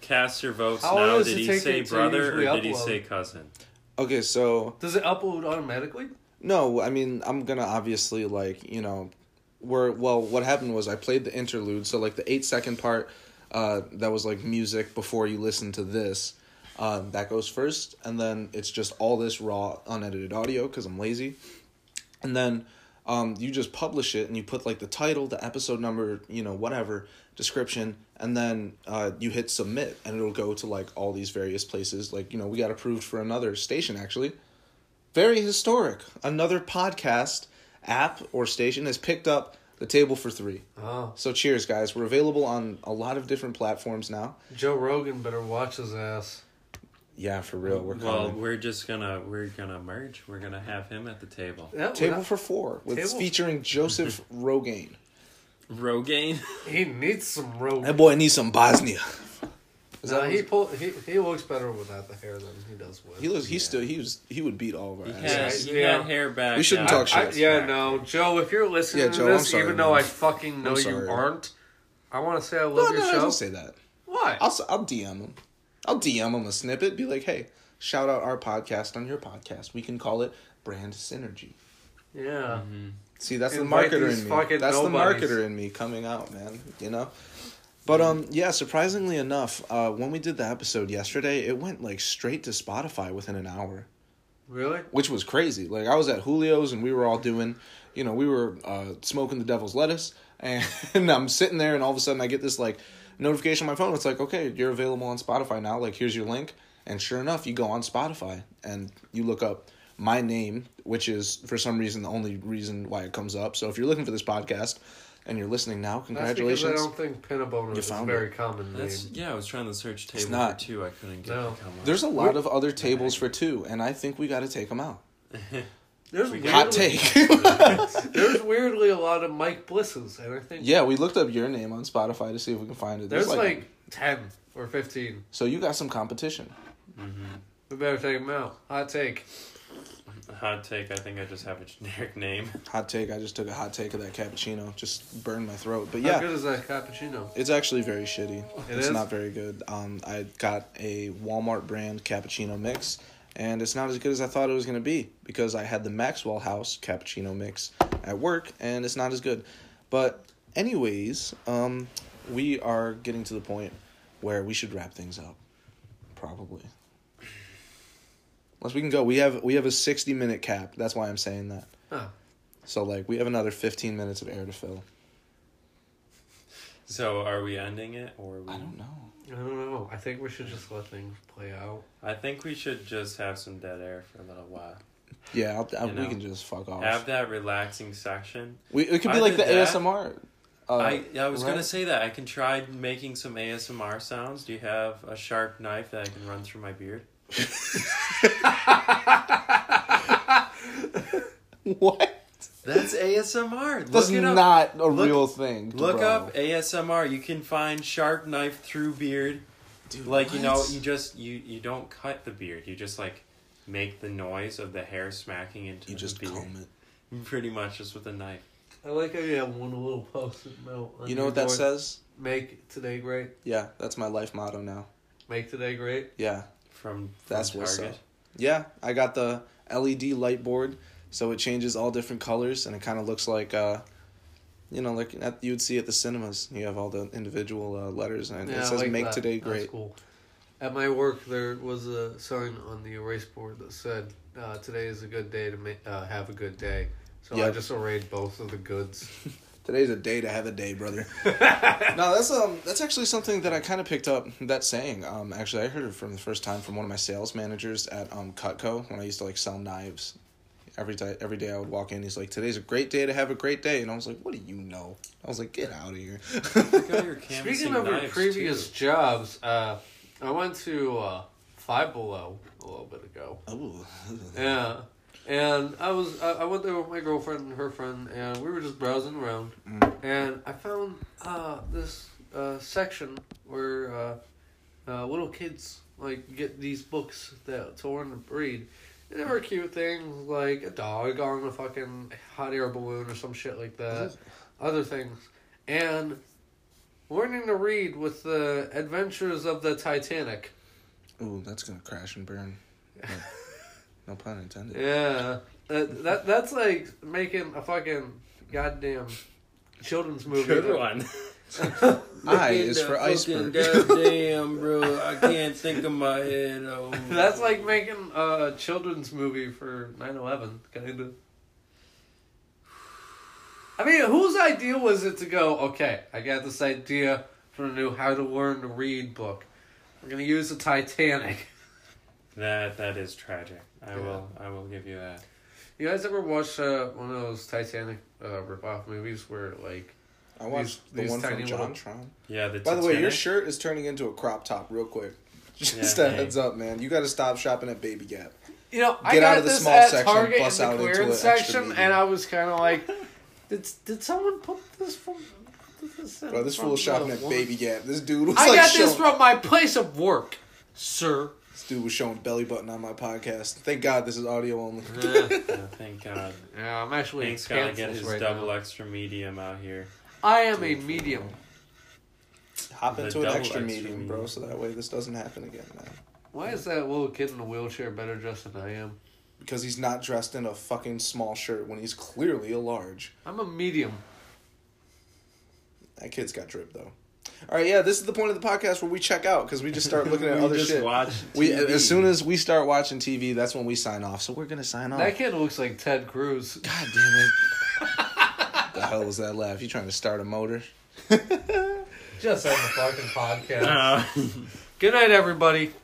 Speaker 2: cast your votes
Speaker 3: How
Speaker 2: now.
Speaker 3: long does
Speaker 2: Did
Speaker 3: it
Speaker 2: he
Speaker 3: take
Speaker 2: say
Speaker 3: it to
Speaker 2: brother or
Speaker 3: usually
Speaker 2: did he
Speaker 3: upload?
Speaker 2: say cousin?
Speaker 1: okay, so
Speaker 3: Does it upload automatically?
Speaker 1: no, I mean I'm gonna obviously like you know, where well what happened was I played the interlude, so like the eight second part, uh, that was like music before you listen to this. Uh, that goes first, and then it's just all this raw, unedited audio because I'm lazy. and then um, you just publish it and you put like the title the episode number you know whatever description and then uh, you hit submit and it'll go to like all these various places like you know we got approved for another station actually very historic another podcast app or station has picked up the table for three
Speaker 3: Oh,
Speaker 1: so cheers guys we're available on a lot of different platforms now
Speaker 3: Joe Rogan better watch his ass.
Speaker 1: yeah for real we're
Speaker 2: Well,
Speaker 1: coming
Speaker 2: we're just gonna we're gonna merge. We're gonna have him at the table.
Speaker 3: Yeah,
Speaker 1: table for four with
Speaker 3: Table-
Speaker 1: featuring joseph rogaine
Speaker 2: Rogaine?
Speaker 3: He needs some rope.
Speaker 1: That boy needs some Bosnia. Is
Speaker 3: No,
Speaker 1: that
Speaker 3: he,
Speaker 1: what-
Speaker 3: pull, he he looks better without the hair than he does with.
Speaker 1: he looks. He still. He was. He would beat all of our
Speaker 2: He
Speaker 1: asses.
Speaker 2: had,
Speaker 3: Yes,
Speaker 2: he
Speaker 3: yeah.
Speaker 2: had hair back.
Speaker 1: We shouldn't
Speaker 2: now.
Speaker 1: talk
Speaker 3: I,
Speaker 1: shit.
Speaker 3: yeah, no, Joe. If you're listening
Speaker 1: Yeah, Joe,
Speaker 3: to
Speaker 1: I'm
Speaker 3: this,
Speaker 1: sorry,
Speaker 3: even
Speaker 1: man.
Speaker 3: though I fucking know you
Speaker 1: sorry.
Speaker 3: aren't, I want to say I
Speaker 1: No,
Speaker 3: love
Speaker 1: no,
Speaker 3: your
Speaker 1: no,
Speaker 3: show.
Speaker 1: don't say that.
Speaker 3: Why?
Speaker 1: I'll s- I'll DM him. I'll DM him a snippet. Be like, hey, shout out our podcast on your podcast. We can call it brand synergy.
Speaker 3: yeah.
Speaker 2: Mm-hmm.
Speaker 1: See, that's
Speaker 3: Invite
Speaker 1: the marketer
Speaker 3: these
Speaker 1: in me.
Speaker 3: fucking
Speaker 1: That's
Speaker 3: nobodies.
Speaker 1: the marketer in me coming out, man. You know. But um, yeah. Surprisingly enough, uh, when we did the episode yesterday, it went like straight to Spotify within an hour.
Speaker 3: Really?
Speaker 1: which was crazy. Like I was at Julio's and we were all doing, you know, we were uh, smoking the devil's lettuce, and, I'm sitting there, and all of a sudden I get this like notification on my phone. It's like, okay, you're available on Spotify now. Like here's your link, and sure enough, you go on Spotify and you look up my name, which is for some reason the only reason why it comes up. So if you're looking for this podcast and you're listening now,
Speaker 3: That's because I
Speaker 1: congratulations.
Speaker 3: don't think pinnaboner is a
Speaker 1: found
Speaker 3: very common name.
Speaker 2: That's yeah. I was trying to search table
Speaker 1: not.
Speaker 2: for two. I couldn't get
Speaker 3: No.
Speaker 2: it to come up.
Speaker 1: There's a lot of other tables for two, and I think we got to take them out.
Speaker 3: There's
Speaker 2: We
Speaker 3: weirdly,
Speaker 2: got-
Speaker 1: Hot take.
Speaker 3: there's weirdly a lot of Mike Blisses, and I think
Speaker 1: yeah, we looked up your name on Spotify to see if we can find it.
Speaker 3: there's like, ten or fifteen.
Speaker 1: So you got some competition.
Speaker 3: We better take them out. Hot take.
Speaker 2: Hot take. I think I just have a generic name.
Speaker 1: Hot take. I just took a hot take of that cappuccino. Just burned my throat. But
Speaker 3: How
Speaker 1: yeah,
Speaker 3: good is that cappuccino?
Speaker 1: it's actually very shitty.
Speaker 3: It
Speaker 1: it's
Speaker 3: is?
Speaker 1: not very good. Um, I got a Walmart brand cappuccino mix, and it's not as good as I thought it was gonna be because I had the Maxwell House cappuccino mix at work, and it's not as good. But anyways, um, we are getting to the point where we should wrap things up, probably. Unless we can go, we have we have a sixty minute cap. That's why I'm saying that.
Speaker 3: Huh.
Speaker 1: So like we have another fifteen minutes of air to fill.
Speaker 2: So are we ending it or? Are we...
Speaker 1: I don't know.
Speaker 3: I don't know. I think we should just let things play out.
Speaker 2: I think we should just have some dead air for a little while.
Speaker 1: Yeah, I'll, I,
Speaker 2: You know.
Speaker 1: we can just fuck off.
Speaker 2: Have that relaxing section.
Speaker 1: we, it could be
Speaker 2: I
Speaker 1: like the
Speaker 2: did that.
Speaker 1: ASMR. Uh,
Speaker 2: I I was
Speaker 1: right?
Speaker 2: gonna say that I can try making some ASMR sounds. Do you have a sharp knife that I can run through my beard?
Speaker 1: what?
Speaker 2: That's ASMR. Look
Speaker 1: That's
Speaker 2: it up.
Speaker 1: not a
Speaker 2: Look-
Speaker 1: real thing.
Speaker 2: Look
Speaker 1: bro.
Speaker 2: up ASMR. You can find sharp knife through beard.
Speaker 1: Dude,
Speaker 2: Like you know,
Speaker 1: what?
Speaker 2: you just you you don't cut the beard. You just like make the noise of the hair smacking into
Speaker 1: you
Speaker 2: the
Speaker 1: just
Speaker 2: beard.
Speaker 1: comb it.
Speaker 2: Pretty much just with a knife.
Speaker 3: I like how you have one little post-it note. on
Speaker 1: You know
Speaker 3: your
Speaker 1: what that
Speaker 3: door.
Speaker 1: says?
Speaker 3: Make today great.
Speaker 1: Yeah, that's my life motto now.
Speaker 3: Make today great.
Speaker 1: Yeah,
Speaker 2: From, from
Speaker 1: that's what's
Speaker 2: Target.
Speaker 1: up. Yeah, I got the LED light board, so it changes all different colors, and it kind of looks like, uh, you know, like at, you'd see at the cinemas. You have all the individual uh, letters, and it
Speaker 3: I
Speaker 1: says
Speaker 3: like
Speaker 1: "Make
Speaker 3: that.
Speaker 1: today
Speaker 3: That's
Speaker 1: great."
Speaker 3: cool. At my work, there was a sign on the erase board that said, uh, "Today is a good day to ma- uh, have a good day." So I
Speaker 1: Yep.
Speaker 3: just arrayed both of the goods.
Speaker 1: Today's a day to have a day, brother. no, that's um, that's actually something that I kind of picked up that saying. Um, actually, I heard it from the first time from one of my sales managers at um Cutco when I used to like sell knives. Every day, every day I would walk in. He's like, "Today's a great day to have a great day," and I was like, "What do you know?" I was like, "Get out of here."
Speaker 2: Look at your canvassing
Speaker 3: Speaking of your
Speaker 2: knives,
Speaker 3: previous
Speaker 2: too.
Speaker 3: jobs, uh, I went to uh, Five Below a little bit ago.
Speaker 1: Ooh.
Speaker 3: Yeah. And I was I I went there with my girlfriend and her friend, and we were just browsing around, and I found uh, this uh, section where uh, uh, little kids like get these books that to learn to breed. And there were cute things like a dog on a fucking hot air balloon or some shit like that, other things, and learning to read with the Adventures of the Titanic.
Speaker 1: Ooh, that's gonna crash and burn. No, no pun intended.
Speaker 3: Yeah, that, that that's like making a fucking goddamn children's movie.
Speaker 2: Good one.
Speaker 1: I is for iceberg.
Speaker 2: Damn, bro. I can't think of my head. Oh.
Speaker 3: That's like making a children's movie for 9/11, kind of. I mean, whose idea was it to go? Okay, I got this idea for a new how to learn to read book. We're gonna use the Titanic.
Speaker 2: That that is tragic. I
Speaker 3: Yeah.
Speaker 2: will I will give you that.
Speaker 3: You guys ever watch uh, one of those Titanic uh, rip-off movies where like
Speaker 1: I watched
Speaker 3: These- these
Speaker 1: the one
Speaker 3: tiny
Speaker 1: from
Speaker 3: little-
Speaker 1: John Tron.
Speaker 2: Yeah, the
Speaker 1: By the way, your
Speaker 2: Titanic-
Speaker 1: shirt is turning into a crop top real quick. Just
Speaker 2: Yeah.
Speaker 1: a heads up, man. You got to stop shopping at Baby Gap.
Speaker 3: You know, I
Speaker 1: Get
Speaker 3: got
Speaker 1: out of the
Speaker 3: this
Speaker 1: small
Speaker 3: at
Speaker 1: section,
Speaker 3: Target
Speaker 1: bust
Speaker 3: in
Speaker 1: out
Speaker 3: the
Speaker 1: into
Speaker 3: clearance
Speaker 1: an extra
Speaker 3: section,
Speaker 1: medium.
Speaker 3: and I was kind of like, "Did did someone put this from
Speaker 1: Bro, this fool was shopping at Baby Gap. This dude was
Speaker 3: I
Speaker 1: like
Speaker 3: got
Speaker 1: showing,
Speaker 3: this from my place of work, sir.
Speaker 1: this dude was showing belly button on my podcast. Thank God this is audio only.
Speaker 2: Oh, thank God.
Speaker 3: Yeah, I'm actually
Speaker 2: Hank's
Speaker 3: in
Speaker 2: gotta get
Speaker 3: pantsless
Speaker 2: his
Speaker 3: right
Speaker 2: double
Speaker 3: now.
Speaker 2: extra medium out here.
Speaker 3: I am a medium.
Speaker 1: Hop
Speaker 2: The
Speaker 1: into an
Speaker 2: double
Speaker 1: extra
Speaker 2: extra
Speaker 1: medium, bro,
Speaker 2: medium.
Speaker 1: so that way this doesn't happen again, man.
Speaker 3: Why is that little kid in a wheelchair better dressed than I am?
Speaker 1: Because he's not dressed in a fucking small shirt when he's clearly a large.
Speaker 3: I'm a medium.
Speaker 1: That kid's got drip though. All right, yeah, this is the point of the podcast where we check out because we just start looking at
Speaker 2: We
Speaker 1: other
Speaker 2: just
Speaker 1: shit.
Speaker 2: watch
Speaker 1: We
Speaker 2: TV.
Speaker 1: as soon as we start watching TV, that's when we sign off. So we're gonna sign off.
Speaker 3: That kid looks like Ted Cruz.
Speaker 1: God damn it! the hell was that laugh? You trying to start a motor?
Speaker 3: Just on the fucking podcast.
Speaker 2: Uh,
Speaker 3: Good night, everybody.